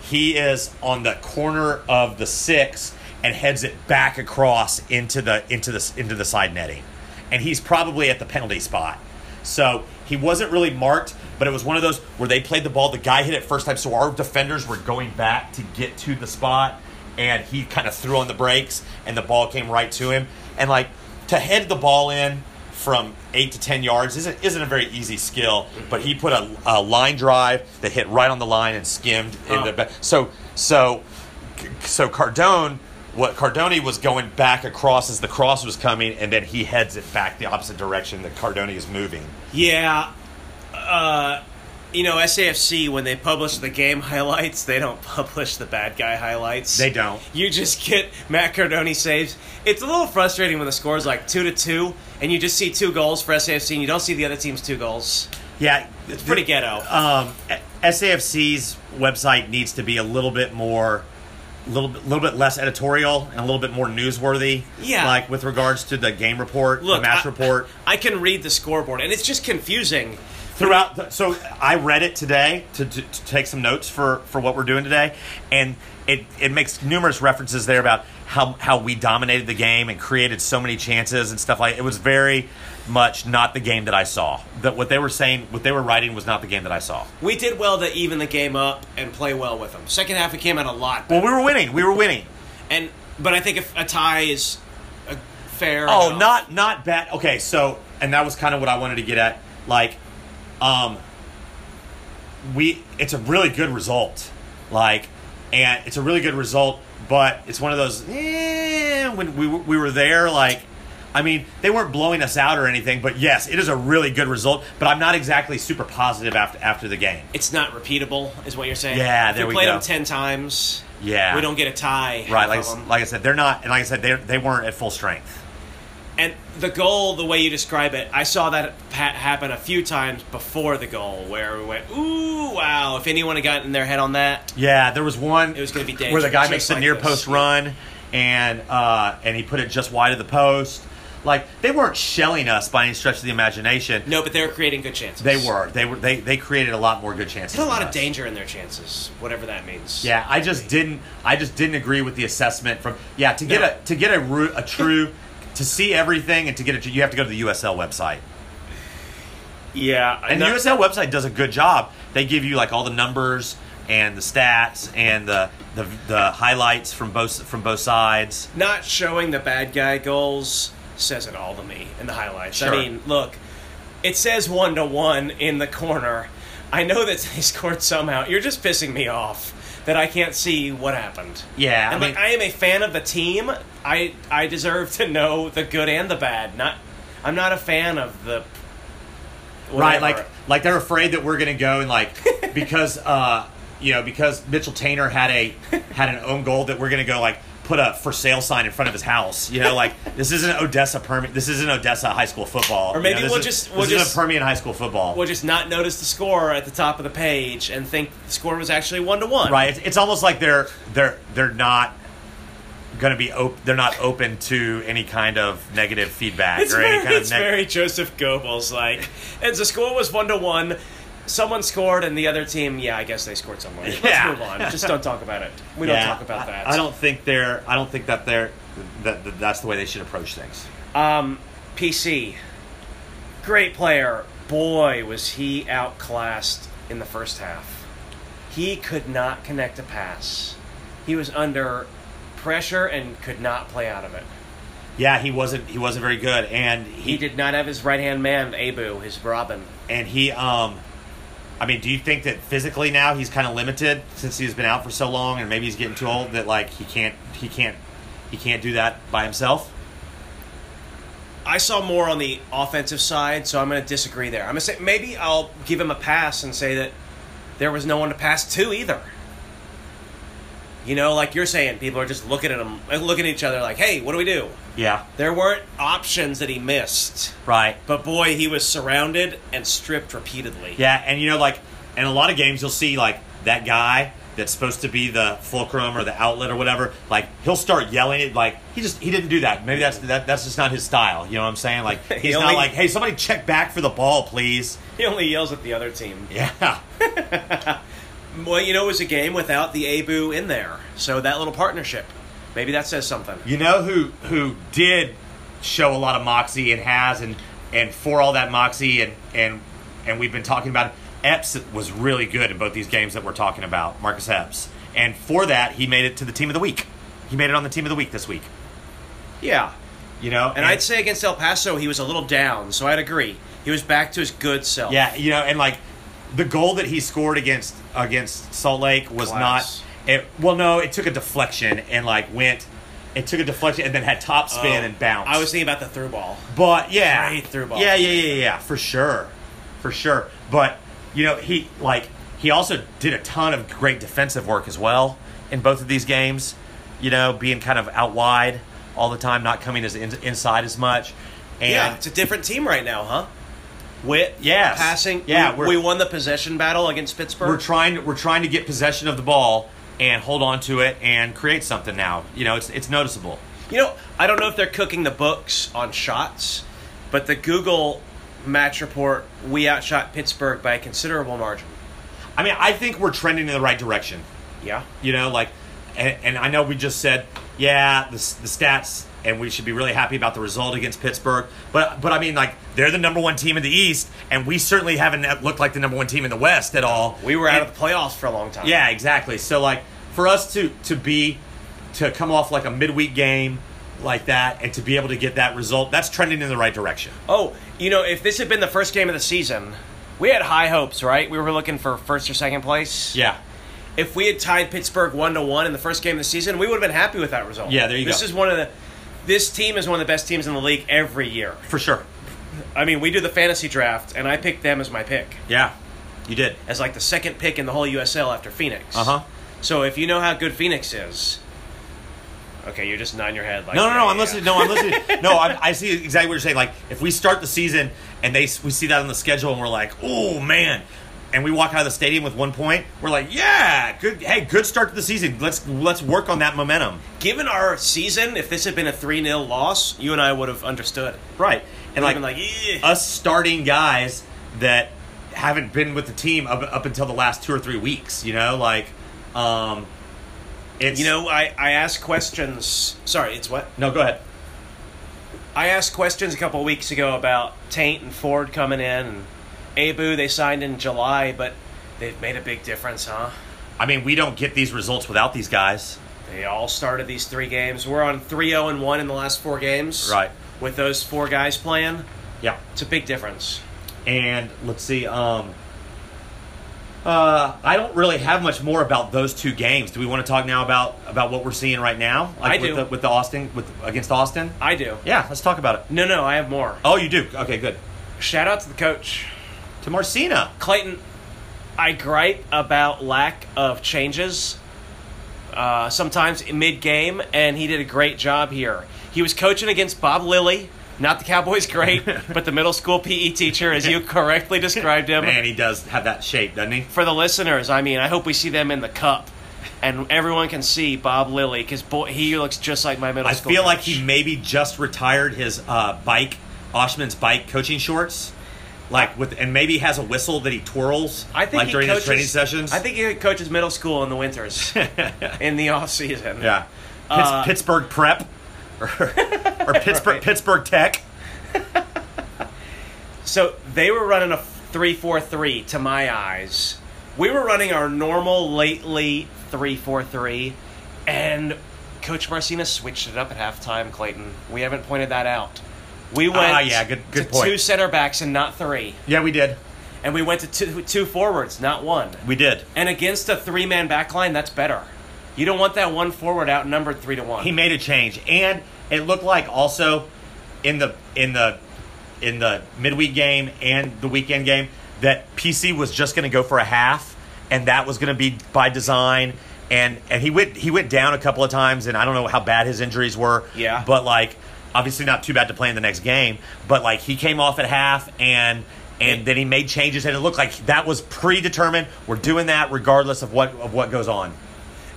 S4: he is on the corner of the six and heads it back across into the into the into the side netting, and he's probably at the penalty spot. So he wasn't really marked, but it was one of those where they played the ball. The guy hit it first time, so our defenders were going back to get to the spot, and he kind of threw on the brakes, and the ball came right to him. And like to head the ball in from eight to ten yards isn't isn't a very easy skill, but he put a, a line drive that hit right on the line and skimmed in
S3: Oh.
S4: the back. So so so Cardone, what Cardone was going back across as the cross was coming, and then he heads it back the opposite direction that Cardone is moving.
S3: Yeah, uh, you know SAFC when they publish the game highlights, they don't publish the bad guy highlights.
S4: They don't.
S3: You just get Matt Cardoni saves. It's a little frustrating when the score is like two to two, and you just see two goals for SAFC, and you don't see the other team's two goals.
S4: Yeah, it's
S3: Pretty ghetto.
S4: Um, SAFC's website needs to be a little bit more, little bit, little bit less editorial and a little bit more newsworthy.
S3: Yeah.
S4: like with regards to the game report,
S3: Look,
S4: the match
S3: I-
S4: report.
S3: I can read the scoreboard, and it's just confusing.
S4: throughout the, so i read it today to, to, to take some notes for, for what we're doing today and it, it makes numerous references there about how, how we dominated the game and created so many chances and stuff like it was very much not the game that i saw that what they were saying what they were writing was not the game that i saw
S3: We did well to even the game up and play well with them. Second half, we came out a lot,
S4: well we were winning we were winning
S3: and but I think if a tie is a fair.
S4: Oh,
S3: enough-
S4: not not bad. Okay, so and that was kind of what I wanted to get at. Like, um, we it's a really good result. Like, and it's a really good result, but it's one of those eh, when we were- we were there. Like, I mean, they weren't blowing us out or anything, but yes, it is a really good result. But I'm not exactly super positive after after the game.
S3: it's not repeatable, is what you're saying.
S4: Yeah,
S3: if
S4: there
S3: we
S4: we
S3: play
S4: go.
S3: them ten times.
S4: Yeah.
S3: we don't get a tie.
S4: Right,
S3: half
S4: like
S3: of them.
S4: like I said, they're not, and like I said, they they weren't at full strength.
S3: and the goal, the way you describe it, I saw that ha- happen a few times before the goal, where we went, "Ooh, wow!" If anyone had gotten their head on that,
S4: Yeah, there was one.
S3: It was gonna be
S4: where
S3: dangerous,
S4: the guy
S3: just
S4: makes the
S3: like
S4: near
S3: this.
S4: post run, and uh, and he put it just wide of the post. Like they weren't shelling us by any stretch of the imagination.
S3: No, but they were creating good chances.
S4: They were. They were. They they created a lot more good chances.
S3: They had a lot of
S4: than us.
S3: danger in their chances, whatever that means.
S4: Yeah, I just didn't. I just didn't agree with the assessment from. Yeah, to get
S3: No.
S4: a to get a, ru- a true to see everything and to get it, you have to go to the USL website.
S3: Yeah.
S4: And the USL website does a good job. They give you like all the numbers and the stats and the the, the highlights from both from both sides.
S3: not showing the bad guy goals says it all to me in the highlights.
S4: Sure.
S3: I mean, look, it says one to one in the corner. I know that they scored somehow. You're just pissing me off that I can't see what happened.
S4: Yeah, I
S3: I'm like
S4: mean-
S3: I am a fan of the team. I I deserve to know the good and the bad. Not I'm not a fan of the whatever.
S4: Right, like like they're afraid that we're gonna go and like because uh you know because Mitchell Taylor had a had an own goal that we're gonna go like put a for sale sign in front of his house. You know, like this isn't Odessa Permian. This isn't Odessa high school football. Or
S3: maybe
S4: you know, this
S3: we'll
S4: is-
S3: just-
S4: this
S3: we'll
S4: isn't
S3: just-
S4: Permian high school football.
S3: we'll just not notice the score at the top of the page and think the score was actually one to one.
S4: right, it's, it's almost like they're they're they're not gonna be op- they're not open to any kind of negative feedback
S3: It's,
S4: or
S3: very,
S4: any kind
S3: it's
S4: of neg-
S3: very Joseph Goebbels like. And the score was one to one. Someone scored, and the other team, yeah, I guess they scored somewhere.
S4: Yeah.
S3: Let's move on. Just don't talk about it. We
S4: Yeah,
S3: don't talk about
S4: I-
S3: that.
S4: I, don't think they're I don't think that they're that, that that's the way they should approach things.
S3: Um, PC, great player. Boy, was he outclassed in the first half. He could not connect a pass. He was under pressure and could not play out of it.
S4: Yeah, he wasn't. He wasn't very good, and he,
S3: He did not have his right hand man, Abu, his Robin.
S4: And he, um, I mean, do you think that physically now he's kind of limited since he's been out for so long, and maybe he's getting too old that like he can't, he can't, he can't do that by himself?
S3: I saw more on the offensive side, so I'm going to disagree there. I'm going to say maybe I'll give him a pass and say that there was no one to pass to either. You know, like you're saying, people are just looking at him, looking at each other like, hey, what do we do?
S4: Yeah,
S3: There weren't options that he missed,
S4: right.
S3: but boy, he was surrounded and stripped repeatedly.
S4: Yeah, and you know, like in a lot of games, you'll see like that guy that's supposed to be the fulcrum or the outlet or whatever. Like he'll start yelling it. Like he just he didn't do that. Maybe that's that, that's just not his style. You know what I'm saying? Like
S3: He
S4: he's not
S3: only-
S4: like, hey, somebody check back for the ball, please.
S3: He only yells at the other team.
S4: Yeah.
S3: Well, you know, it was a game without the Abu in there, so that little partnership, maybe that says something.
S4: You know who who did show a lot of moxie and has and and for all that moxie and and and we've been talking about him, Epps was really good in both these games that we're talking about, Marcus Epps. And for that, he made it to the team of the week. He made it on the team of the week this week.
S3: Yeah.
S4: You know,
S3: And I'd say against El Paso, he was a little down, so I'd agree. He was back to his good self.
S4: yeah, you know, and like the goal that he scored against against Salt Lake was
S3: Class.
S4: not. It, well, no, it took a deflection and like went. It took a deflection and then had top spin and bounced.
S3: Oh. I was thinking about the through ball.
S4: But yeah,
S3: Great through ball.
S4: Yeah, yeah, yeah, yeah, for sure, for sure. But you know, he like he also did a ton of great defensive work as well in both of these games. You know, being kind of out wide all the time, not coming as in, inside as much. And
S3: yeah, it's a different team right now, huh? Wit,
S4: Yes.
S3: passing.
S4: Yeah,
S3: we,
S4: we're-
S3: we won the possession battle against Pittsburgh.
S4: we're trying we're trying to get possession of the ball and hold on to it and create something now. You know, it's it's noticeable.
S3: you know, I don't know if they're cooking the books on shots, but the Google match report, we outshot Pittsburgh by a considerable margin.
S4: I mean, I think we're trending in the right direction.
S3: Yeah.
S4: You know, like, and, and I know we just said, yeah, the, s- the stats, and we should be really happy about the result against Pittsburgh. But, but I mean, like, they're the number one team in the East, and we certainly haven't looked like the number one team in the West at all.
S3: We were out
S4: And-
S3: of the playoffs for a long time.
S4: yeah, exactly. So like for us to to be to come off like a midweek game like that, and to be able to get that result, that's trending in the right direction.
S3: Oh, you know, if this had been the first game of the season, we had high hopes, right? We were looking for first or second place.
S4: Yeah.
S3: if we had tied Pittsburgh one to one in the first game of the season, we would have been happy with that result.
S4: Yeah, there you
S3: this
S4: go.
S3: This is one of the. This team is one of the best teams in the league every year.
S4: For sure.
S3: I mean, we do the fantasy draft, and I picked them as my pick,
S4: Yeah. You did.
S3: as like the second pick in the whole USL after Phoenix.
S4: Uh-huh.
S3: So if you know how good Phoenix is, okay, you're just nodding your head. Like
S4: No, no,
S3: yeah,
S4: no. I'm
S3: yeah,
S4: listening. No, I'm listening. No, I, I see exactly what you're saying. Like, if we start the season and they we see that on the schedule and we're like, oh man, and we walk out of the stadium with one point, we're like, yeah, good. Hey, good start to the season. Let's let's work on that momentum.
S3: Given our season, if this had been a 3 0 loss, you and I would have understood.
S4: Right.
S3: And
S4: And
S3: like,
S4: like, uh,
S3: been like, "Eh."
S4: us starting guys that haven't been with the team up, up until the last two or three weeks, you know, like, um, it's
S3: you know, I, I asked questions. Sorry, it's what?
S4: no, go ahead.
S3: I asked questions a couple weeks ago about Taint and Ford coming in. And Abu, they signed in July, but they've made a big difference, huh?
S4: I mean, we don't get these results without these guys.
S3: They all started these three games. We're on 3 0 and 1 in the last four games.
S4: Right.
S3: With those four guys playing,
S4: Yeah.
S3: it's a big difference.
S4: And let's see. Um, uh, I don't really have much more about those two games. Do we want to talk now about about what we're seeing right now?
S3: I
S4: Like with
S3: do.
S4: The, with the Austin with against Austin.
S3: I do.
S4: Yeah, let's talk about it.
S3: No, no, I have more.
S4: Oh, you do. Okay, good.
S3: Shout out to the coach.
S4: To Marcina.
S3: Clayton, I gripe about lack of changes uh, sometimes mid game, and he did a great job here. He was coaching against Bob Lilly, not the Cowboys great, but the middle school PE teacher, as you correctly described him.
S4: Man, he does have that shape, doesn't he?
S3: For the listeners, I mean, I hope we see them in the cup, and everyone can see Bob Lilly because boy, he looks just like my middle
S4: I
S3: school.
S4: feel like
S3: coach.
S4: he maybe just retired his uh, bike, Oshman's bike coaching shorts, like with, and maybe has a whistle that he twirls.
S3: I think
S4: like
S3: he
S4: during
S3: coaches,
S4: his training sessions.
S3: I think he coaches middle school in the winters, in the off season.
S4: yeah, Pitts,
S3: Uh,
S4: Pittsburgh Prep or, or Pittsburgh Pittsburgh Tech.
S3: So they were running a 3 4 3 to my eyes. We were running our normal lately 3 4 3, and Coach Marcina switched it up at halftime, Clayton. We haven't pointed that out. We went
S4: Ah, yeah, good- good
S3: to
S4: point.
S3: two center backs and not three.
S4: Yeah, we did,
S3: And we went to two, two forwards, not one.
S4: we did.
S3: And against a three man back line, that's better. You don't want that one forward outnumbered 3 to 1.
S4: He made a change, and it looked like also in the in the in the midweek game and the weekend game that PC was just going to go for a half, and that was going to be by design. And and he went he went down a couple of times, and I don't know how bad his injuries were.
S3: Yeah.
S4: but like obviously not too bad to play in the next game. But like he came off at half and. And then he made changes, and it looked like that was predetermined. We're doing that regardless of what of what goes on.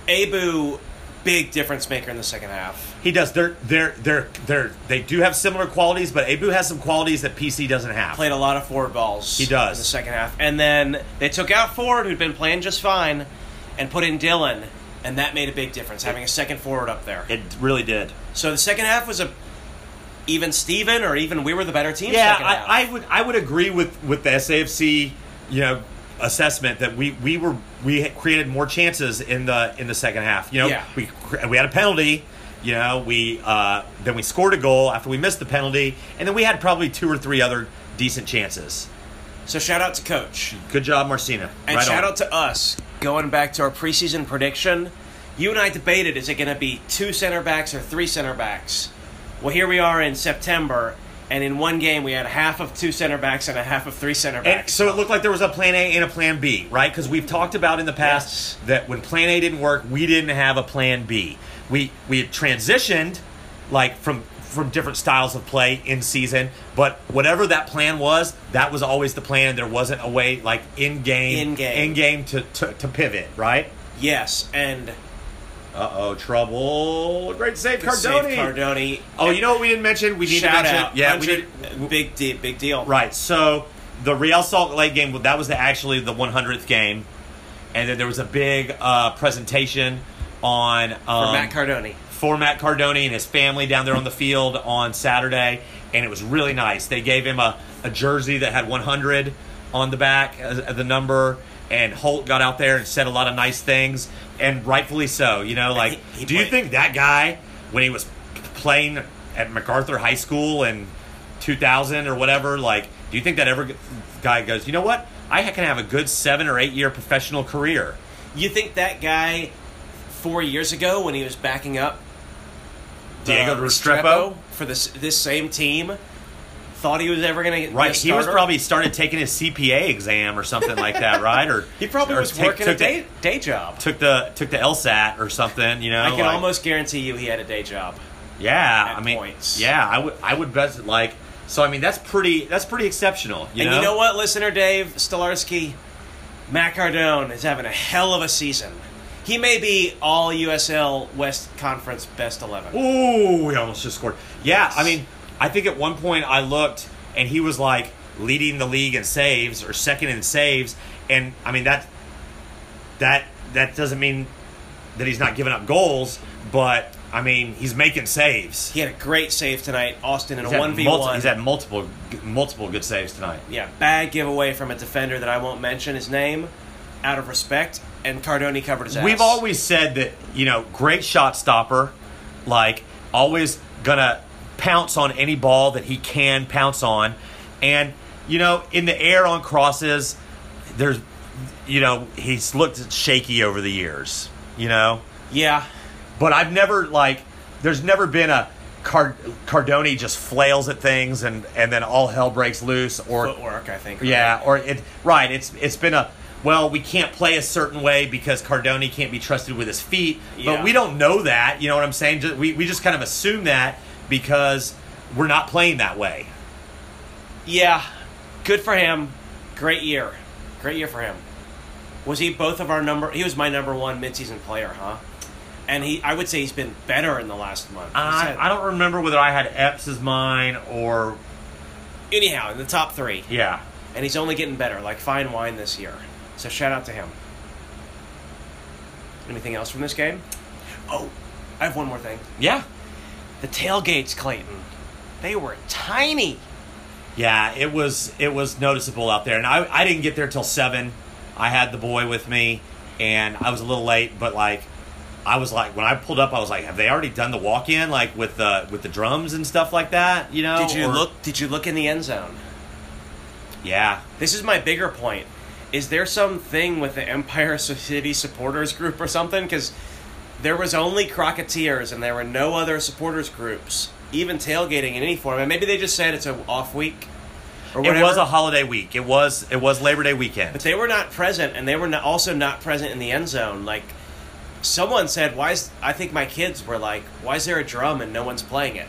S3: Abu, big difference maker in the second half.
S4: He does. They're they're they're they're they do have similar qualities, but Abu has some qualities that PC doesn't have.
S3: played a lot of forward balls.
S4: He does.
S3: in the second half, and then they took out Ford, who'd been playing just fine, and put in Dylan, and that made a big difference having a second forward up there.
S4: It really did.
S3: so the second half was a even Steven or even we were the better team.
S4: Yeah,
S3: second half.
S4: I, I would I would agree with with the SAFC, you know, assessment that we we were we had created more chances in the in the second half. You know,
S3: Yeah.
S4: we cr- we had a penalty. You know, we uh, then we scored a goal after we missed the penalty, and then we had probably two or three other decent chances.
S3: so shout out to coach
S4: Good job, Marcina.
S3: and
S4: Mm-hmm. Right
S3: shout
S4: on.
S3: out to us going back to our preseason prediction. You and I debated is it going to be two center backs or three center backs? Well, here we are in September. And in one game, we had half of two center backs and a half of three center
S4: And
S3: backs.
S4: so it looked like there was a plan A and a plan B, right? Because we've talked about in the past that when plan A didn't work, we didn't have a plan B. We we had transitioned like from from different styles of play in season, but whatever that plan was, that was always the plan. There wasn't a way like in game
S3: In game.
S4: in game to, to, to pivot, right?
S3: Yes, and
S4: Uh oh, trouble. Great save, Cardoni.
S3: save Cardoni.
S4: Oh, you know what we didn't mention? We need
S3: shout
S4: to mention
S3: out.
S4: Yeah, we
S3: Hundred-
S4: did,
S3: big deal, big deal.
S4: Right. So the Real Salt Lake game that was the, actually the 100th game, and then there was a big uh, presentation on um,
S3: For Matt Cardoni.
S4: for Matt Cardoni and his family down there on the field on Saturday, and it was really nice. They gave him a, a jersey that had 100 on the back, as, as the number, and Holt got out there and said a lot of nice things, and rightfully so. You know, like,
S3: he
S4: do you
S3: played-
S4: think that guy, when he was playing at MacArthur High School in 2000 or whatever, like, do you think that ever guy goes, you know what? I can have a good seven or eight year professional career.
S3: You think that guy four years ago when he was backing up the
S4: Diego Restrepo?
S3: for this this same team thought he was ever going to
S4: Right, he was probably started taking his CPA exam or something like that, right? Or
S3: he probably
S4: or
S3: was
S4: take-
S3: working a
S4: took the-
S3: day day job.
S4: took the took the LSAT or something. You know,
S3: I can
S4: like-
S3: almost guarantee you he had a day job.
S4: yeah.
S3: at
S4: I mean,
S3: points.
S4: yeah, I would I would bet like so. I mean, that's pretty that's pretty exceptional. You
S3: and
S4: know,
S3: you know what, listener Dave Stolarski, Matt Cardone is having a hell of a season. He may be all USL West Conference best 11.
S4: Ooh, we almost just scored. Yeah, I mean, I think at one point I looked and he was like leading the league in saves or second in saves, and I mean that that that doesn't mean that he's not giving up goals, but I mean he's making saves.
S3: He had a great save tonight, Austin, in
S4: He's
S3: a
S4: had
S3: 1v1.
S4: multi- he's had multiple multiple good saves tonight.
S3: yeah, bad giveaway from a defender that I won't mention his name out of respect, and Cardone covered his ass.
S4: We've always said that, you know, great shot stopper, like always gonna pounce on any ball that he can pounce on. And, you know, in the air on crosses, there's you know, he's looked shaky over the years, you know.
S3: Yeah.
S4: But I've never like there's never been a Card- Cardone just flails at things and and then all hell breaks loose or
S3: Footwork, I think.
S4: yeah, or it right. It's it's been a well, we can't play a certain way because Cardone can't be trusted with his feet.
S3: Yeah.
S4: But we don't know that. You know what I'm saying? Ju- We we just kind of assume that because we're not playing that way.
S3: Yeah. Good for him. Great year. Great year for him. Was he both of our number? He was my number one midseason player, huh? And he, I would say he's been better in the last month. He's
S4: I,
S3: had-
S4: I don't remember whether I had Epps as mine or
S3: anyhow, in the top three,
S4: yeah.
S3: and he's only getting better, like fine wine this year. So shout out to him. Anything else from this game? Oh, I have one more thing.
S4: Yeah.
S3: The tailgates, Clayton. They were tiny.
S4: Yeah, it was it was noticeable out there, and I I didn't get there till seven. I had the boy with me, and I was a little late, but like I was like when I pulled up, I was like, have they already done the walk in like with the with the drums and stuff like that? You know?
S3: Did you
S4: Or-
S3: look? Did you look in the end zone?
S4: Yeah.
S3: This is my bigger point. Is there some thing with the Empire City supporters group or something? Because there was only Crocketeers and there were no other supporters groups, even tailgating in any form. And maybe they just said it's an off week or whatever.
S4: It was a holiday week. It was it was Labor Day weekend.
S3: but they were not present, and they were not, also not present in the end zone. Like someone said, "Why is?" I think my kids were like, "Why is there a drum and no one's playing it?"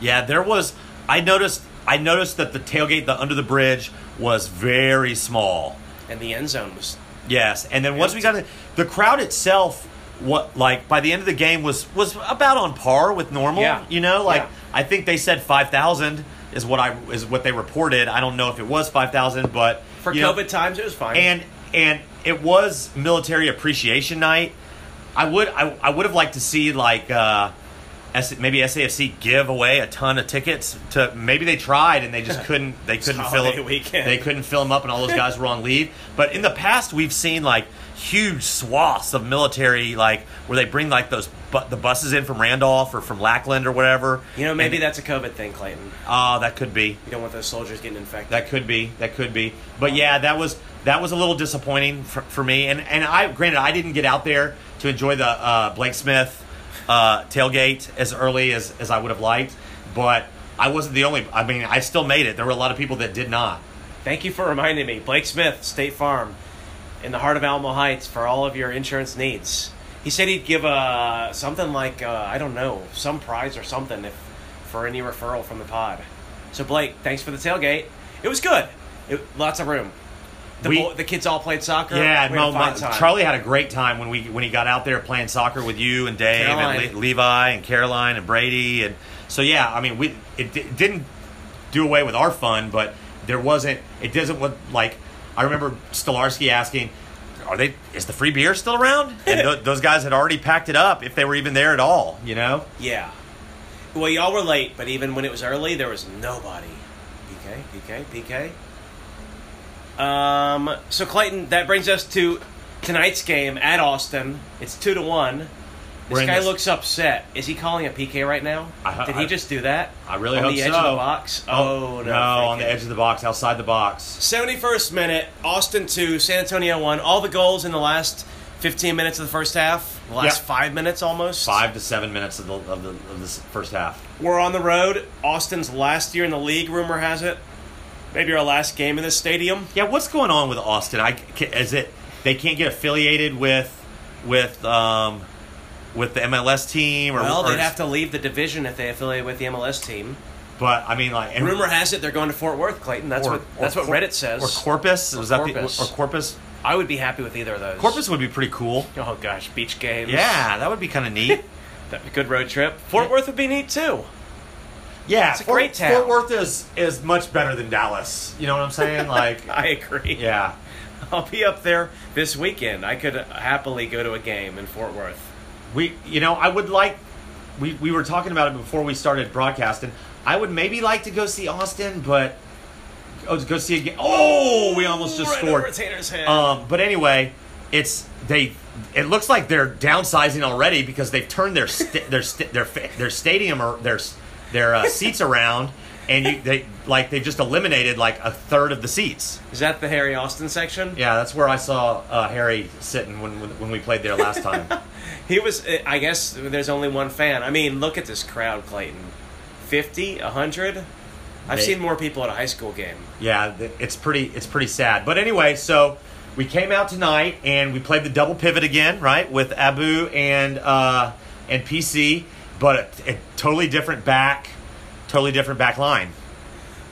S4: Yeah, there was. I noticed. I noticed that the tailgate, the under the bridge, was very small.
S3: And the end zone was
S4: Yes, and then once we got in, the crowd itself, what like by the end of the game was was about on par with normal.
S3: Yeah.
S4: You know, like
S3: Yeah.
S4: I think they said five thousand is what I is what they reported. I don't know if it was five thousand, but
S3: for
S4: you know,
S3: COVID times. It was fine.
S4: and and it was military appreciation night. I would I, I would have liked to see like uh, S, maybe SAFC give away a ton of tickets to maybe they tried and they just couldn't they couldn't fill
S3: holiday
S4: it
S3: weekend.
S4: they couldn't fill them up and all those guys were on leave. But in the past we've seen like huge swaths of military like where they bring like those bu- the buses in from Randolph or from Lackland or whatever.
S3: you know, maybe
S4: And-
S3: that's a COVID thing, Clayton.
S4: Ah, that could be.
S3: You don't want those soldiers getting infected.
S4: That could be. That could be. But yeah, that was that was a little disappointing for, for me. And and I granted I didn't get out there to enjoy the uh, Blake Smith uh, tailgate as early as as I would have liked. But I wasn't the only. I mean, I still made it. There were a lot of people that did not.
S3: Thank you for reminding me. Blake Smith, State Farm, in the heart of Alamo Heights, for all of your insurance needs. He said he'd give uh, something like, uh, I don't know, some prize or something if, for any referral from the pod. So, Blake, thanks for the tailgate. It was good. It, lots of room. The,
S4: We-
S3: bo- the kids all played soccer.
S4: Yeah,
S3: We had a
S4: no,
S3: fine
S4: my-
S3: time.
S4: Charlie had a great time when we when he got out there playing soccer with you and Dave
S3: Caroline.
S4: and Le- Levi and Caroline and Brady and so yeah, I mean we it, di- didn't do away with our fun, but there wasn't it doesn't look like I remember Stolarski asking, "Are they is the free beer still around?" And th- those guys had already packed it up if they were even there at all, you know.
S3: Yeah. Well, y'all were late, but even when it was early, there was nobody. PK, PK, PK. Um, so Clayton, that brings us to tonight's game at Austin. It's two to one. This
S4: We're in
S3: guy
S4: this-
S3: looks upset. Is he calling a PK right now?
S4: I-
S3: Did he
S4: I-
S3: just do that?
S4: I really
S3: on
S4: hope
S3: the edge
S4: so.
S3: of the box. Oh, no! free
S4: on the
S3: kick.
S4: edge of the box, outside the box.
S3: 71st minute, Austin 2, San Antonio 1. All the goals in the last 15 minutes of the first half, the last
S4: Yeah.
S3: five minutes almost.
S4: 5 to 7 minutes of the of the of this first half.
S3: We're on the road. Austin's last year in the league, rumor has it. Maybe our last game in this stadium.
S4: Yeah, what's going on with Austin? I ca- is it they can't get affiliated with with um with the MLS team or
S3: Well,
S4: or-
S3: they'd have to leave the division if they affiliate with the MLS team.
S4: But I mean, like and-
S3: Rumor has it they're going to Fort Worth, Clayton. That's
S4: or-
S3: what that's
S4: or
S3: what
S4: Cor-
S3: Reddit says.
S4: Or Corpus was that
S3: Corpus.
S4: The, or Corpus?
S3: I would be happy with either of those.
S4: Corpus would be pretty cool.
S3: Oh gosh, beach games.
S4: Yeah, that would be kind of neat.
S3: That'd be a good road trip. Fort Worth would be neat too.
S4: Yeah,
S3: It's a
S4: Fort,
S3: great town.
S4: Fort Worth is is much better than Dallas. You know what I'm saying? Like,
S3: I agree.
S4: yeah,
S3: I'll be up there this weekend. I could happily go to a game in Fort Worth.
S4: we you know I would like we we were talking about it before we started broadcasting. I would maybe like to go see Austin, but oh, to go see a game. Oh, we almost just
S3: Right
S4: scored.
S3: over Tanner's head.
S4: Um, but anyway, it's they. It looks like they're downsizing already because they've turned their st- their st- their fa- their stadium or their s- their uh, seats around, and you, they like they've just eliminated like a third of the seats.
S3: Is that the Harry Austin section?
S4: Yeah, that's where I saw uh, Harry sitting when, when when we played there last time.
S3: He was. eh, I guess there's only one fan. I mean, look at this crowd, Clayton. 50, 100. I've
S4: They-
S3: seen more people at a high school game.
S4: yeah, th- it's pretty it's pretty sad. But anyway, so we came out tonight and we played the double pivot again, right, with Abu and uh, and PC, but a, a totally different back, totally different back line.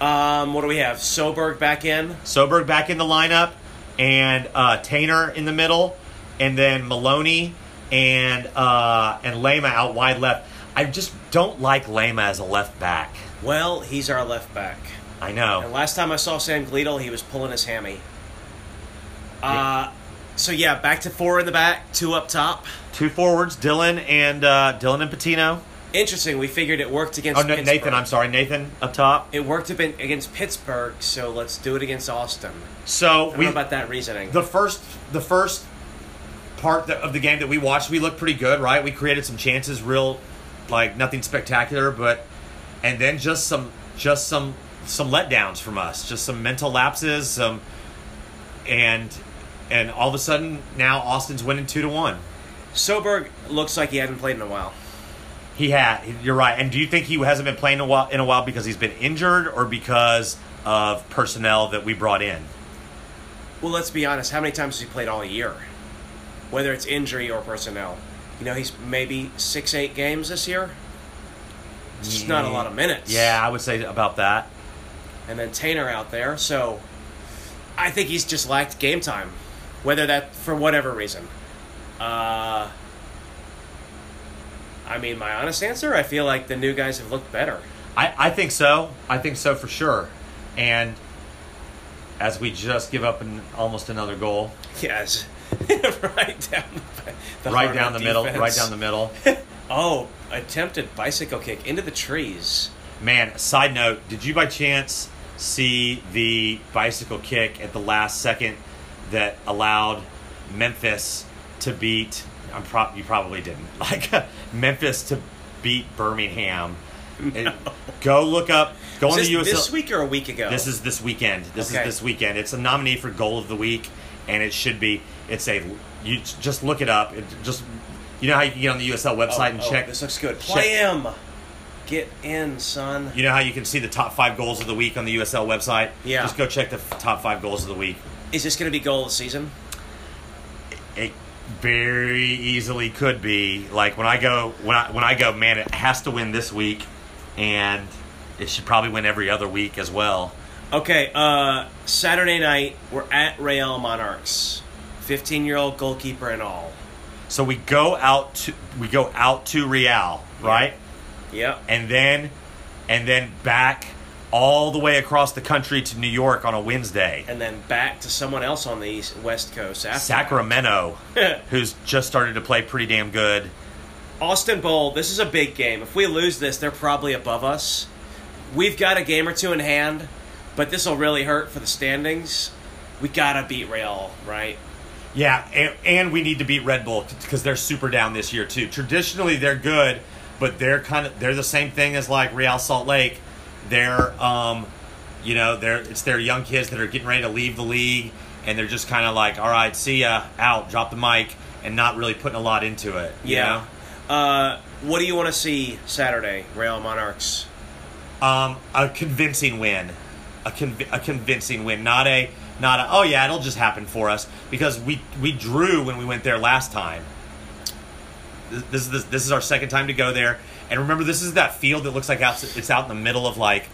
S3: Um, what do we have? Soberg back in.
S4: Soberg back in the lineup, and uh, Tainer in the middle, and then Maloney and uh, and Lema out wide left. I just don't like Lema as a left back.
S3: Well, he's our left back.
S4: I know.
S3: And last time I saw Sam Gleedle, he was pulling his hammy. Uh,
S4: Yeah.
S3: so yeah, back to four in the back, two up top.
S4: Two forwards, Dylan and uh, Dylan and Patino.
S3: Interesting. We figured it worked against
S4: Oh, no,
S3: Pittsburgh.
S4: Nathan, I'm sorry, Nathan up top.
S3: It worked a bit against Pittsburgh, so let's do it against Austin.
S4: So
S3: I don't
S4: we
S3: know about that reasoning.
S4: the first the first part that, of the game that we watched, we looked pretty good, right? We created some chances, real like nothing spectacular, but and then just some just some some letdowns from us, just some mental lapses, some and and all of a sudden now Austin's winning two to one.
S3: Soberg looks like he hadn't played in a while.
S4: He had. You're right. And do you think he hasn't been playing a while, in a while because he's been injured or because of personnel that we brought in?
S3: Well, let's be honest. How many times has he played all year? Whether it's injury or personnel, you know, he's maybe six, eight games this year. It's just not a lot of minutes.
S4: Yeah, I would say about that.
S3: and then Tainer out there. So I think he's just lacked game time, whether that for whatever reason. Uh, I mean, my honest answer, I feel like the new guys have looked better.
S4: I, I think so. I think so for sure. And as we just give up an, almost another goal,
S3: Yes, right down the, the
S4: right
S3: heart
S4: down the
S3: of
S4: middle,
S3: defense.
S4: right down the middle.
S3: Oh, attempted bicycle kick into the trees.
S4: Man, side note, did you by chance see the bicycle kick at the last second that allowed Memphis to beat I'm pro- you probably didn't. Like Memphis to beat Birmingham. And Go look up go
S3: Was
S4: on
S3: this,
S4: the USL
S3: this week or a week ago?
S4: This is this weekend. This
S3: Oh. Okay.
S4: is this weekend. It's a nominee for goal of the week, and it should be. It's a you just look it up. It just you know how you can get on the USL
S3: Oh,
S4: website and
S3: oh,
S4: check.
S3: This looks good.
S4: check-
S3: Play him. Get in, son.
S4: You know how you can see the top five goals of the week on the USL website.
S3: Yeah.
S4: just go check the f- top five goals of the week.
S3: Is this going to be goal of the season?
S4: It very easily could be like when I go when I when I go man it has to win this week, and it should probably win every other week as well.
S3: Okay, uh, Saturday night, we're at Real Monarchs. 15 year old goalkeeper and all.
S4: So we go out to we go out to Real right.
S3: Yep.
S4: and then and then back all the way across the country to New York on a Wednesday.
S3: And then back to someone else on the east, West Coast. After
S4: Sacramento,
S3: that.
S4: who's just started to play pretty damn good.
S3: Austin Bowl, this is a big game. If we lose this, they're probably above us. We've got a game or two in hand, but this will really hurt for the standings. We gotta beat Real, right?
S4: Yeah, and, and we need to beat Red Bull because they're super down this year too. Traditionally, they're good, but they're kind of they're the same thing as like Real Salt Lake. They're um, you know, they're it's their young kids that are getting ready to leave the league, and they're just kind of like, all right, see ya, out, drop the mic, and not really putting a lot into it. you know?
S3: Uh, what do you want to see Saturday, Real Monarchs?
S4: Um, a convincing win, a, conv- a convincing win, not a not a. Oh yeah, it'll just happen for us because we we drew when we went there last time. This this is this, this is our second time to go there, and remember this is that field that looks like out, it's out in the middle of like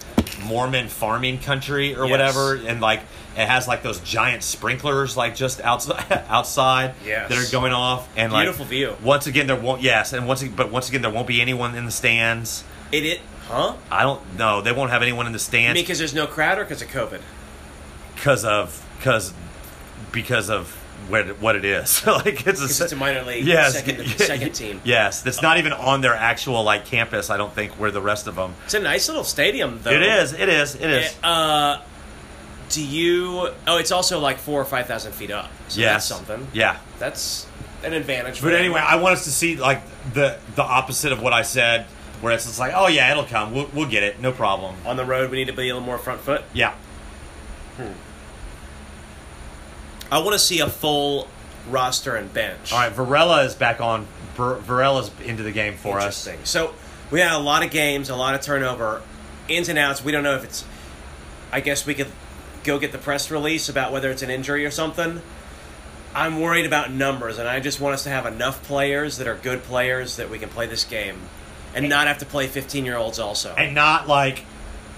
S4: Mormon farming country or
S3: Yes.
S4: whatever, and like it has like those giant sprinklers like just outside outside
S3: Yes.
S4: that are going off and like
S3: Beautiful view.
S4: Once again, there won't yes, and once ag- but once again there won't be anyone in the stands.
S3: It it huh?
S4: I don't know. They won't have anyone in the
S3: I
S4: stands
S3: mean, because there's no crowd or because of COVID.
S4: because of because because of where what it is. like it's
S3: Because
S4: a,
S3: it's a minor league
S4: yes,
S3: second
S4: yeah,
S3: second team.
S4: Yes, it's not even on their actual like campus. I don't think where the rest of them.
S3: It's a nice little stadium though.
S4: It is. It is. It is.
S3: Uh, do you? Oh, it's also like four or five thousand feet up. So
S4: yes.
S3: that's something.
S4: Yeah.
S3: that's an advantage. for
S4: But
S3: them.
S4: anyway, I want us to see like the the opposite of what I said, where it's just like, oh yeah, it'll come. We'll, we'll get it. No problem.
S3: on the road, we need to be a little more front foot.
S4: Yeah.
S3: I want to see a full roster and bench.
S4: All right. Varela is back on. Ver- Varela's into the game for us.
S3: Interesting. So we had a lot of games, a lot of turnover, ins and outs. We don't know if it's. I guess we could go get the press release about whether it's an injury or something. I'm worried about numbers, and I just want us to have enough players that are good players that we can play this game, and not have to play 15 year olds also.
S4: and not like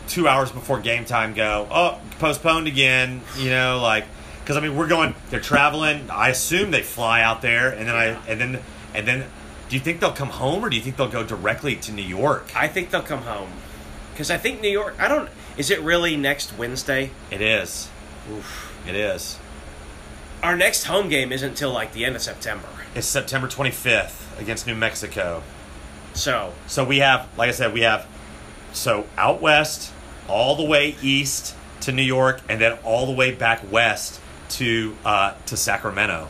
S4: two hours before game time go oh postponed again you know like because i mean we're going they're traveling i assume they fly out there and then i and then and then do you think they'll come home or do you think they'll go directly to new york
S3: I think they'll come home because I think New York. I don't. Is it really next Wednesday?
S4: it is it is
S3: Our next home game isn't till like the end of September.
S4: it's september 25th against new mexico
S3: So
S4: so we have like i said we have so out west all the way east to new york and then all the way back west to uh to sacramento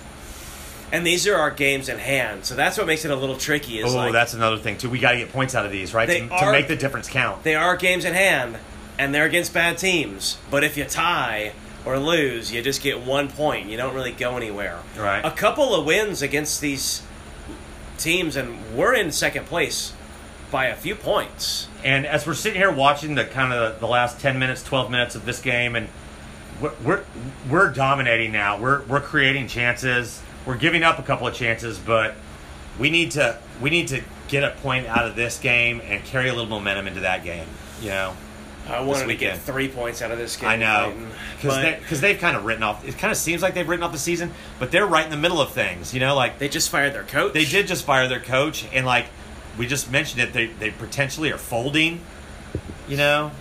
S3: And these are our games in hand, so that's what makes it a little tricky. Is
S4: Oh,
S3: like
S4: that's another thing too. We got to get points out of these, right?
S3: They
S4: to, to
S3: are-
S4: make the difference count.
S3: they are games in hand, and they're against bad teams. But if you tie or lose, you just get one point. You don't really go anywhere.
S4: Right.
S3: A couple of wins against these teams, and we're in second place by a few points.
S4: and as we're sitting here watching the kind of the last ten minutes, twelve minutes of this game, and we're we're, we're dominating now. We're we're creating chances. We're giving up a couple of chances, but we need to we need to get a point out of this game and carry a little momentum into that game. You know.
S3: I wanted to get
S4: weekend.
S3: three points out of this game.
S4: I know,
S3: Clayton,
S4: because
S3: but
S4: they, because they've kind of written off. It kind of seems like they've written off the season, but they're right in the middle of things. You know, like
S3: they just fired their coach.
S4: they did just fire their coach, and like we just mentioned it, they they potentially are folding. You know,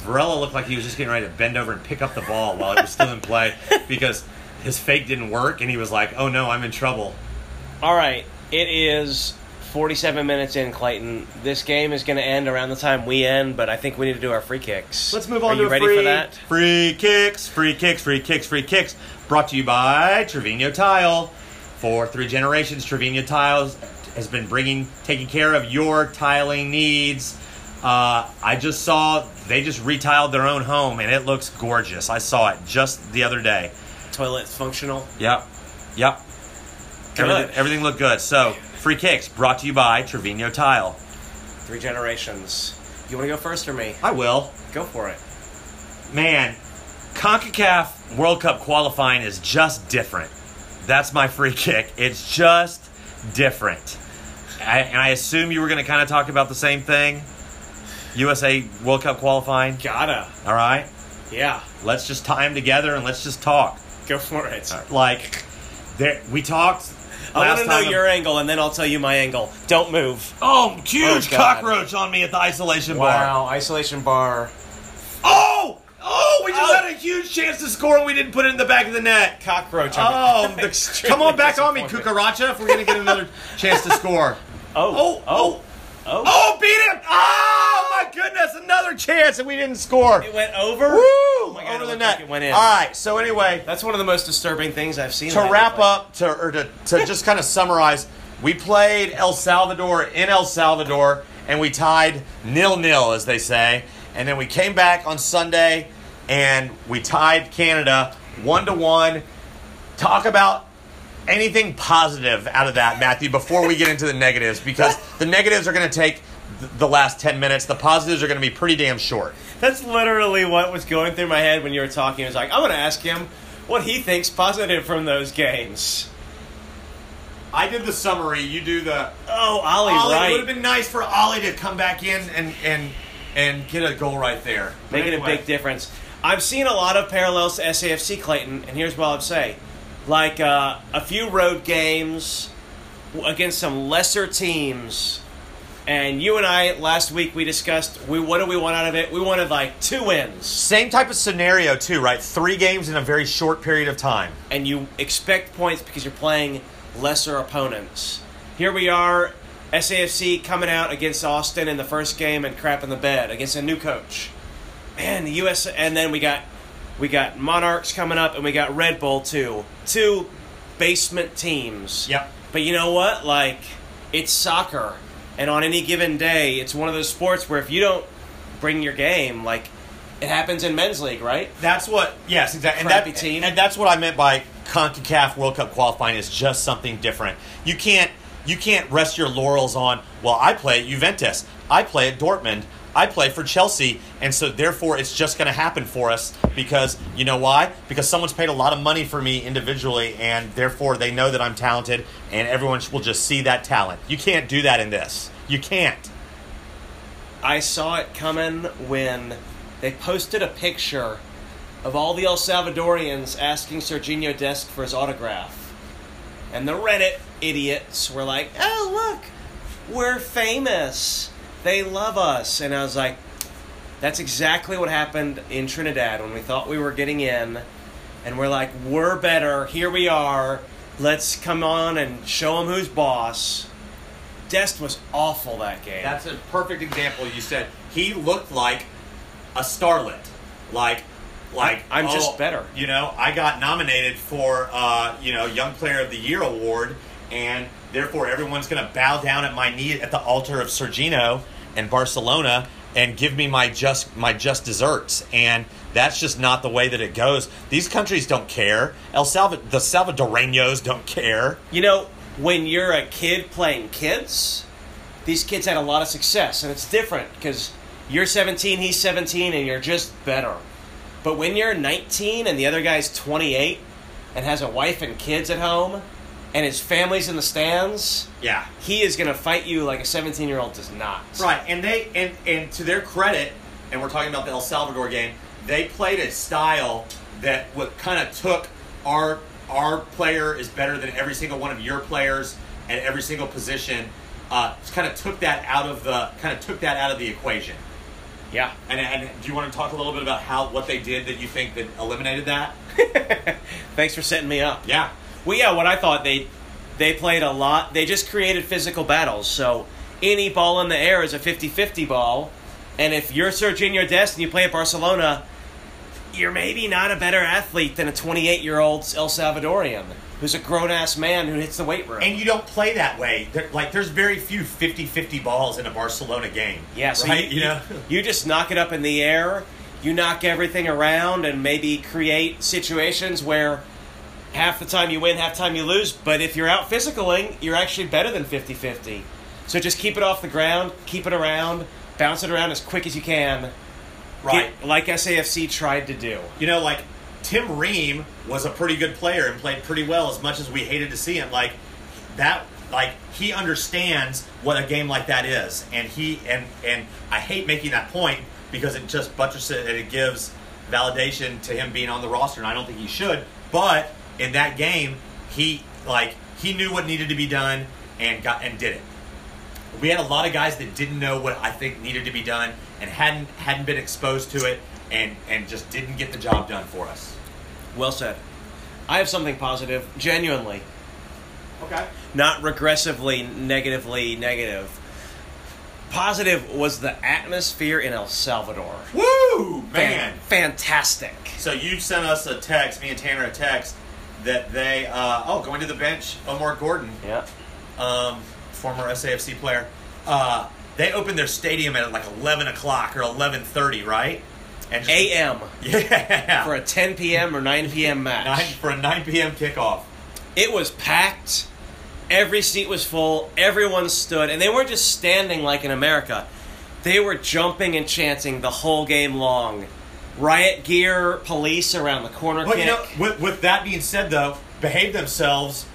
S4: Varela looked like he was just getting ready to bend over and pick up the ball while it was still in play because his fake didn't work, and he was like, "Oh no, I'm in trouble."
S3: All right, it is 47 minutes in, Clayton. This game is going to end around the time we end, but I think we need to do our free kicks.
S4: Let's move on
S3: Are
S4: to
S3: you
S4: a
S3: ready
S4: free,
S3: for that?
S4: free kicks, free kicks, free kicks, free kicks. Brought to you by Trevino Tile. For three generations, Trevino Tiles has been bringing, taking care of your tiling needs. Uh, I just saw they just retiled their own home, and it looks gorgeous. I saw it just the other day.
S3: Toilet's functional.
S4: Yep. Yep.
S3: Good.
S4: Everything, everything looked good. So, free kicks brought to you by Trevino Tile.
S3: Three generations. You want to go first or me?
S4: I will.
S3: Go for it.
S4: man, CONCACAF World Cup qualifying is just different. That's my free kick. It's just different. I, and I assume you were going to kind of talk about the same thing. USA World Cup qualifying.
S3: Gotta.
S4: All right.
S3: Yeah.
S4: Let's just tie them together and let's just talk.
S3: Go for it.
S4: Like, there, we talked.
S3: I want
S4: last
S3: to know
S4: time-
S3: your angle, and then I'll tell you my angle. Don't move.
S4: Oh, huge
S3: Oh, God.
S4: cockroach on me at the isolation bar.
S3: Isolation bar.
S4: Oh! Oh, we just
S3: Oh.
S4: had a huge chance to score and we didn't put it in the back of the net.
S3: Cockroach.
S4: Oh, the- come on back on me,
S3: Kuka.
S4: Cucaracha, if we're going to get another chance to score.
S3: Oh.
S4: Oh, oh,
S3: Oh.
S4: oh, beat him. Oh, my goodness, another chance and we didn't score.
S3: It went over.
S4: Woo,
S3: Oh my God, it
S4: over the
S3: looked
S4: net.
S3: like it went in.
S4: All right, so anyway,
S3: That's one of the most disturbing things I've seen.
S4: to
S3: lately.
S4: wrap up, to, or to, to just kind of summarize, we played El Salvador in El Salvador and we tied nil nil, as they say. And then we came back on Sunday and we tied Canada one to one. Talk about anything positive out of that, Matthew, before we get into the negatives, because the negatives are going to take th- the last 10 minutes. The positives are going to be pretty damn short.
S3: That's literally what was going through my head when you were talking. I was like, I'm going to ask him what he thinks positive from those games.
S4: I did the summary. You do the.
S5: Oh, Ollie,
S4: Ollie, It would
S5: right.
S4: have been nice for Ollie to come back in and and and get a goal right there. But
S3: making
S4: anyway,
S3: a big difference. I've seen a lot of parallels to SAFC Clayton, and here's what I'd say: like uh, a few road games w- against some lesser teams. And you and I last week we discussed we what do we want out of it? We wanted like two wins,
S4: Same type of scenario too, right? Three games in a very short period of time.
S3: and you expect points because you're playing lesser opponents. Here we are, SAFC coming out against Austin in the first game and crap in the bed against a new coach. man, the U.S. and then we got we got Monarchs coming up, and we got Red Bull too. Two basement teams.
S4: Yep.
S3: But you know what? Like, it's soccer, and on any given day, it's one of those sports where if you don't bring your game, like, it happens in men's league, right?
S4: That's what. Yes, exactly. And
S3: Crappy
S4: that,
S3: team.
S4: And that's what I meant by Concacaf World Cup qualifying is just something different. You can't you can't rest your laurels on. Well, I play at Juventus. I play at Dortmund. I play for Chelsea, and so therefore it's just going to happen for us because you know why? Because someone's paid a lot of money for me individually, and therefore they know that I'm talented, and everyone will just see that talent. You can't do that in this. You can't.
S3: I saw it coming when they posted a picture of all the El Salvadorians asking Serginho Dest for his autograph. And the Reddit idiots were like, oh, look, we're famous. They love us. And I was like, that's exactly what happened in Trinidad when we thought we were getting in. And we're like, we're better. Here we are. Let's come on and show them who's boss. Dest was awful that game.
S4: That's a perfect example. You said he looked like a starlet, like, like oh,
S3: I'm just better.
S4: You know, I got nominated for uh, you know Young Player of the Year award, and therefore everyone's going to bow down at my knee at the altar of Sergino and Barcelona and give me my just my just desserts. And that's just not the way that it goes. These countries don't care. El Salvador, the Salvadoreños don't care.
S3: You know, when you're a kid playing kids, these kids had a lot of success, and it's different because you're 17, he's 17, and you're just better. But when you're 19 and the other guy's 28 and has a wife and kids at home and his family's in the stands,
S4: Yeah.
S3: he is going to fight you like a 17 year old does not.
S4: Right, and they and and to their credit, and we're talking about the El Salvador game, they played a style that what kind of took our our player is better than every single one of your players at every single position. Uh, kind of took that out of the kind of took that out of the equation.
S3: Yeah.
S4: And, and do you want to talk a little bit about how what they did that you think that eliminated that?
S3: Thanks for setting me up.
S4: Yeah,
S3: Well, yeah, what I thought they they played a lot. They just created physical battles. So any ball in the air is a 50-50 ball, and if you're Sergio Dest and you play at Barcelona, you're maybe not a better athlete than a 28-year-old El Salvadorian who's a grown-ass man who hits the weight room.
S4: and you don't play that way. There, like there's very few 50-50 balls in a Barcelona game.
S3: yeah, so
S4: right?
S3: you, you just knock it up in the air. You knock everything around and maybe create situations where half the time you win, half the time you lose. But if you're out physicaling, you're actually better than 50 50. So just keep it off the ground, keep it around, bounce it around as quick as you can.
S4: right.
S3: Get- like SAFC tried to do.
S4: you know, like Tim Ream was a pretty good player and played pretty well as much as we hated to see him. Like that like he understands what a game like that is. And he and and I hate making that point because it just buttresses it and it gives validation to him being on the roster and I don't think he should. But in that game, he like he knew what needed to be done and got and did it we had a lot of guys that didn't know what I think needed to be done and hadn't hadn't been exposed to it and and just didn't get the job done for us.
S3: Well said. I have something positive, genuinely.
S4: Okay.
S3: not regressively negatively negative. Positive was the atmosphere in El Salvador.
S4: Woo, man.
S3: fantastic.
S4: So you sent us a text, me and Tanner a text that they uh, oh going to the bench, Omar Gordon,
S3: Yeah.
S4: um, former SAFC player. Uh, they opened their stadium at like eleven o'clock or eleven thirty, right? And just-
S3: AM
S4: Yeah.
S3: for a 10 p.m. or 9 p.m.
S4: nine,
S3: match.
S4: for a nine p.m. kickoff.
S3: It was packed. Every seat was full. Everyone stood, and they weren't just standing like in America. They were jumping and chanting the whole game long. Riot gear, police around the corner
S4: But
S3: kick.
S4: you know, with, with that being said, though, behaved themselves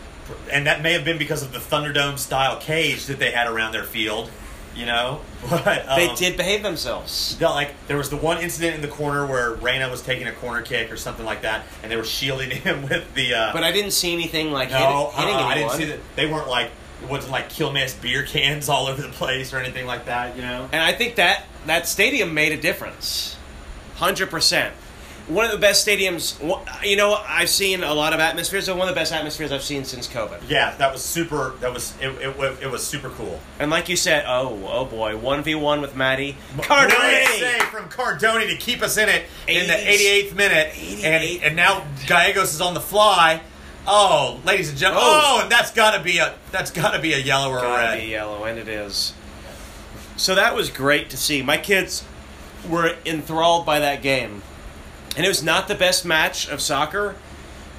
S4: and that may have been because of the Thunderdome style cage that they had around their field, you know. But um,
S3: They did behave themselves.
S4: no, like there was the one incident in the corner where Reyna was taking a corner kick or something like that, and they were shielding him with the. Uh,
S3: But I didn't see anything like
S4: no,
S3: hitting, hitting
S4: uh-uh, I
S3: anyone.
S4: didn't see that. They weren't like it wasn't like kill mass beer cans all over the place or anything like that, you know.
S3: And I think that that stadium made a difference. 100%. One of the best stadiums, wha- you know, I've seen a lot of atmospheres, and one of the best atmospheres I've seen since COVID.
S4: Yeah, that was super. That was it. It, wa- it was super cool.
S3: And like you said, oh, oh boy, 1v1 with Maddie.
S4: What a
S3: Cardone!
S4: save from Cardoni to keep us in it in the
S3: 80s.
S4: 88th minute,
S3: 88th
S4: and and now Gallegos is on the fly. Oh, ladies and gentlemen!
S3: Oh.
S4: Oh, and that's gotta be a that's gotta be a yellow or a
S3: Gotta be
S4: red.
S3: yellow, and it is. So that was great to see. My kids were enthralled by that game. And it was not the best match of soccer,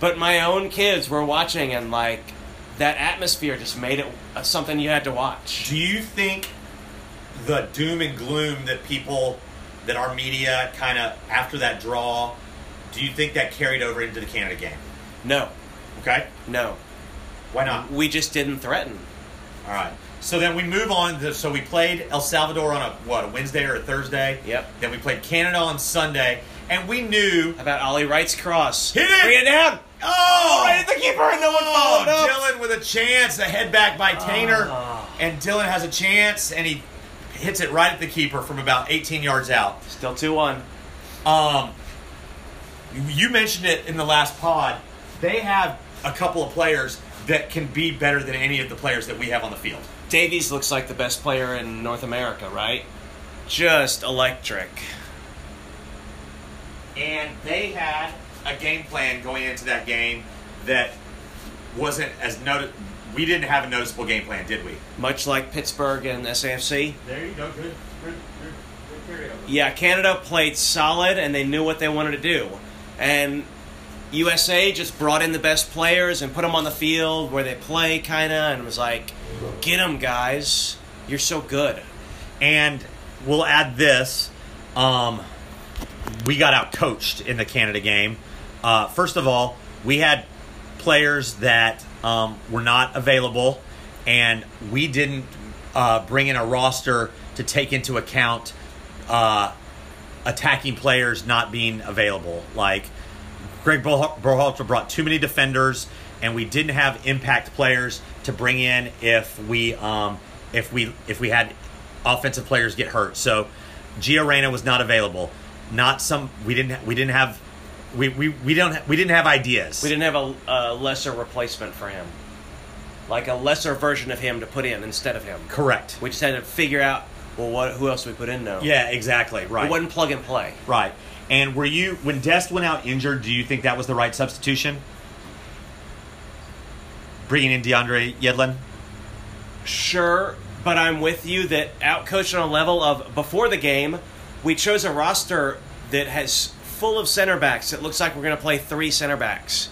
S3: but my own kids were watching, and like that atmosphere just made it uh, something you had to watch.
S4: Do you think the doom and gloom that people that our media kind of after that draw, do you think that carried over into the Canada game?
S3: No,
S4: Okay,
S3: no.
S4: why not?
S3: We just didn't threaten.
S4: All right. So then we move on. To, so we played El Salvador on a what a Wednesday or a Thursday.
S3: Yep. Oh!
S4: Then we played Canada on Sunday, and we knew.
S3: How about Ollie Wright's cross?
S4: Hit it!
S3: Bring it down!
S4: Oh,
S3: Right at the keeper, and no one followed up. Ah.
S4: Dylan with a chance, a head back by Tainer, and Dylan has a chance, and he hits it right at the keeper from about 18 yards out.
S3: Still 2 1.
S4: Um, you- you mentioned it in the last pod. They have a couple of players that can be better than any of the players that we have on the field.
S3: Davies looks like the best player in North America, right? Just electric.
S4: and they had a game plan going into that game that wasn't as noti- we didn't have a noticeable game plan, did we?
S3: Much like Pittsburgh and SAFC.
S4: There you go. Good.
S3: Yeah, Canada played solid and they knew what they wanted to do. And USA just brought in the best players and put them on the field where they play, kind of, and was like, get them, guys. You're so good.
S4: And we'll add this: um, we got out coached in the Canada game. Uh, first of all, we had players that um, were not available, and we didn't uh, bring in a roster to take into account uh, attacking players not being available. Like Greg Berhal- Berhalter brought too many defenders, and we didn't have impact players to bring in if we um, if we if we had offensive players get hurt. So Gio Reyna was not available. Not some we didn't ha- we didn't have we we, we don't ha- we didn't have ideas.
S3: We didn't have a, a lesser replacement for him, like a lesser version of him to put in instead of him.
S4: correct.
S3: We just had to figure out well, what who else do we put in now?
S4: yeah, exactly. Right.
S3: it wasn't plug and play.
S4: Right. And were you when Dest went out injured? Do you think that was the right substitution? Bringing in DeAndre Yedlin.
S3: Sure, but I'm with you that outcoached on a level of before the game, we chose a roster that has full of center backs. It looks like we're going to play three center backs,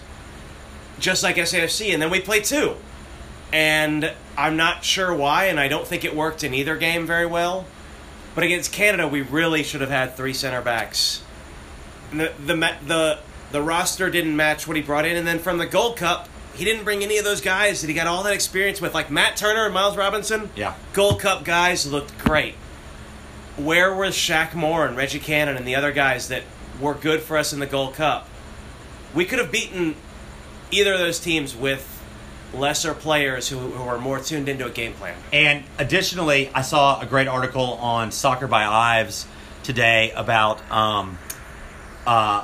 S3: just like SAFC, and then we play two. And I'm not sure why, and I don't think it worked in either game very well. But against Canada, we really should have had three center backs. And the the ma- the the roster didn't match what he brought in, and then from the Gold Cup, he didn't bring any of those guys that he got all that experience with, like Matt Turner and Miles Robinson.
S4: Yeah.
S3: Gold Cup guys looked great. Where was Shaq Moore and Reggie Cannon and the other guys that were good for us in the Gold Cup? We could have beaten either of those teams with lesser players who, who are more tuned into a game plan.
S4: And additionally, I saw a great article on Soccer by Ives today about um, uh,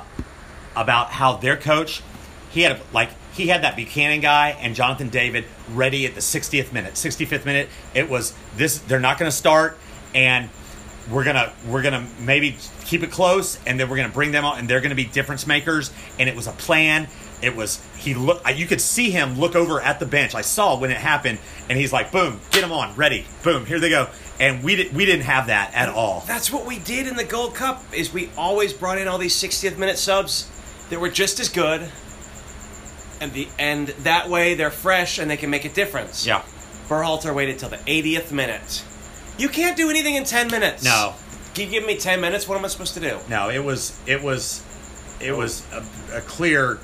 S4: about how their coach he had a, like he had that Buchanan guy and Jonathan David ready at the 60th minute, 65th minute. It was this they're not going to start and we're going to we're going to maybe keep it close and then we're going to bring them on and they're going to be difference makers and it was a plan. It was he look you could see him look over at the bench. I saw when it happened and he's like, "Boom, get them on, ready. Boom, here they go." And we did, we didn't have that at all.
S3: That's what we did in the Gold Cup is we always brought in all these 60th minute subs that were just as good and the and that way they're fresh and they can make a difference.
S4: Yeah.
S3: Berhalter waited till the 80th minute. You can't do anything in 10 minutes.
S4: No.
S3: Can you give me 10 minutes? What am I supposed to do?
S4: No, it was it was it was a, a clear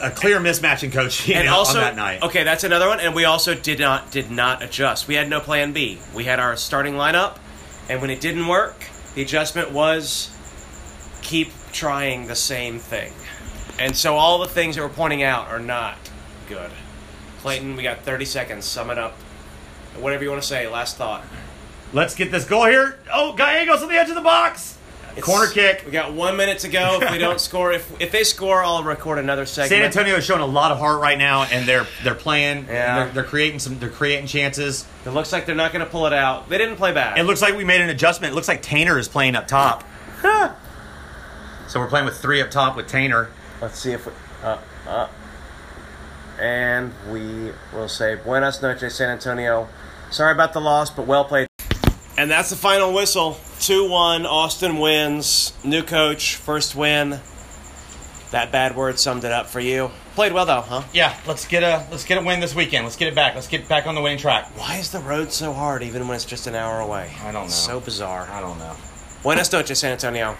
S4: a clear mismatch in coaching
S3: and also
S4: on that night.
S3: Okay, that's another one. And we also did not did not adjust. We had no plan B. We had our starting lineup, and when it didn't work, the adjustment was keep trying the same thing. And so all the things that we're pointing out are not good. Clayton, we got 30 seconds. Sum it up. Whatever you want to say. Last thought.
S4: Let's get this goal here. Oh, Gallegos on the edge of the box. Corner kick.
S3: We got one minute to go. If we don't score, if if they score, I'll record another segment.
S4: San Antonio is showing a lot of heart right now, and they're they're playing.
S3: Yeah.
S4: They're, they're creating some. They're creating chances.
S3: It looks like they're not going to pull it out. They didn't play bad.
S4: It looks like we made an adjustment. It looks like Tainer is playing up top. so we're playing with three up top with Tainer.
S3: Let's see if we. Uh, uh. And we will say Buenas noches, San Antonio. Sorry about the loss, but well played. And that's the final whistle. 2 1. Austin wins. New coach, first win. That bad word summed it up for you. Played well, though, huh?
S4: Yeah. Let's get a let's get a win this weekend. Let's get it back. Let's get back on the winning track.
S3: Why is the road so hard even when it's just an hour away?
S4: I don't know.
S3: It's so bizarre.
S4: don't know.
S3: Buenas noches, San Antonio.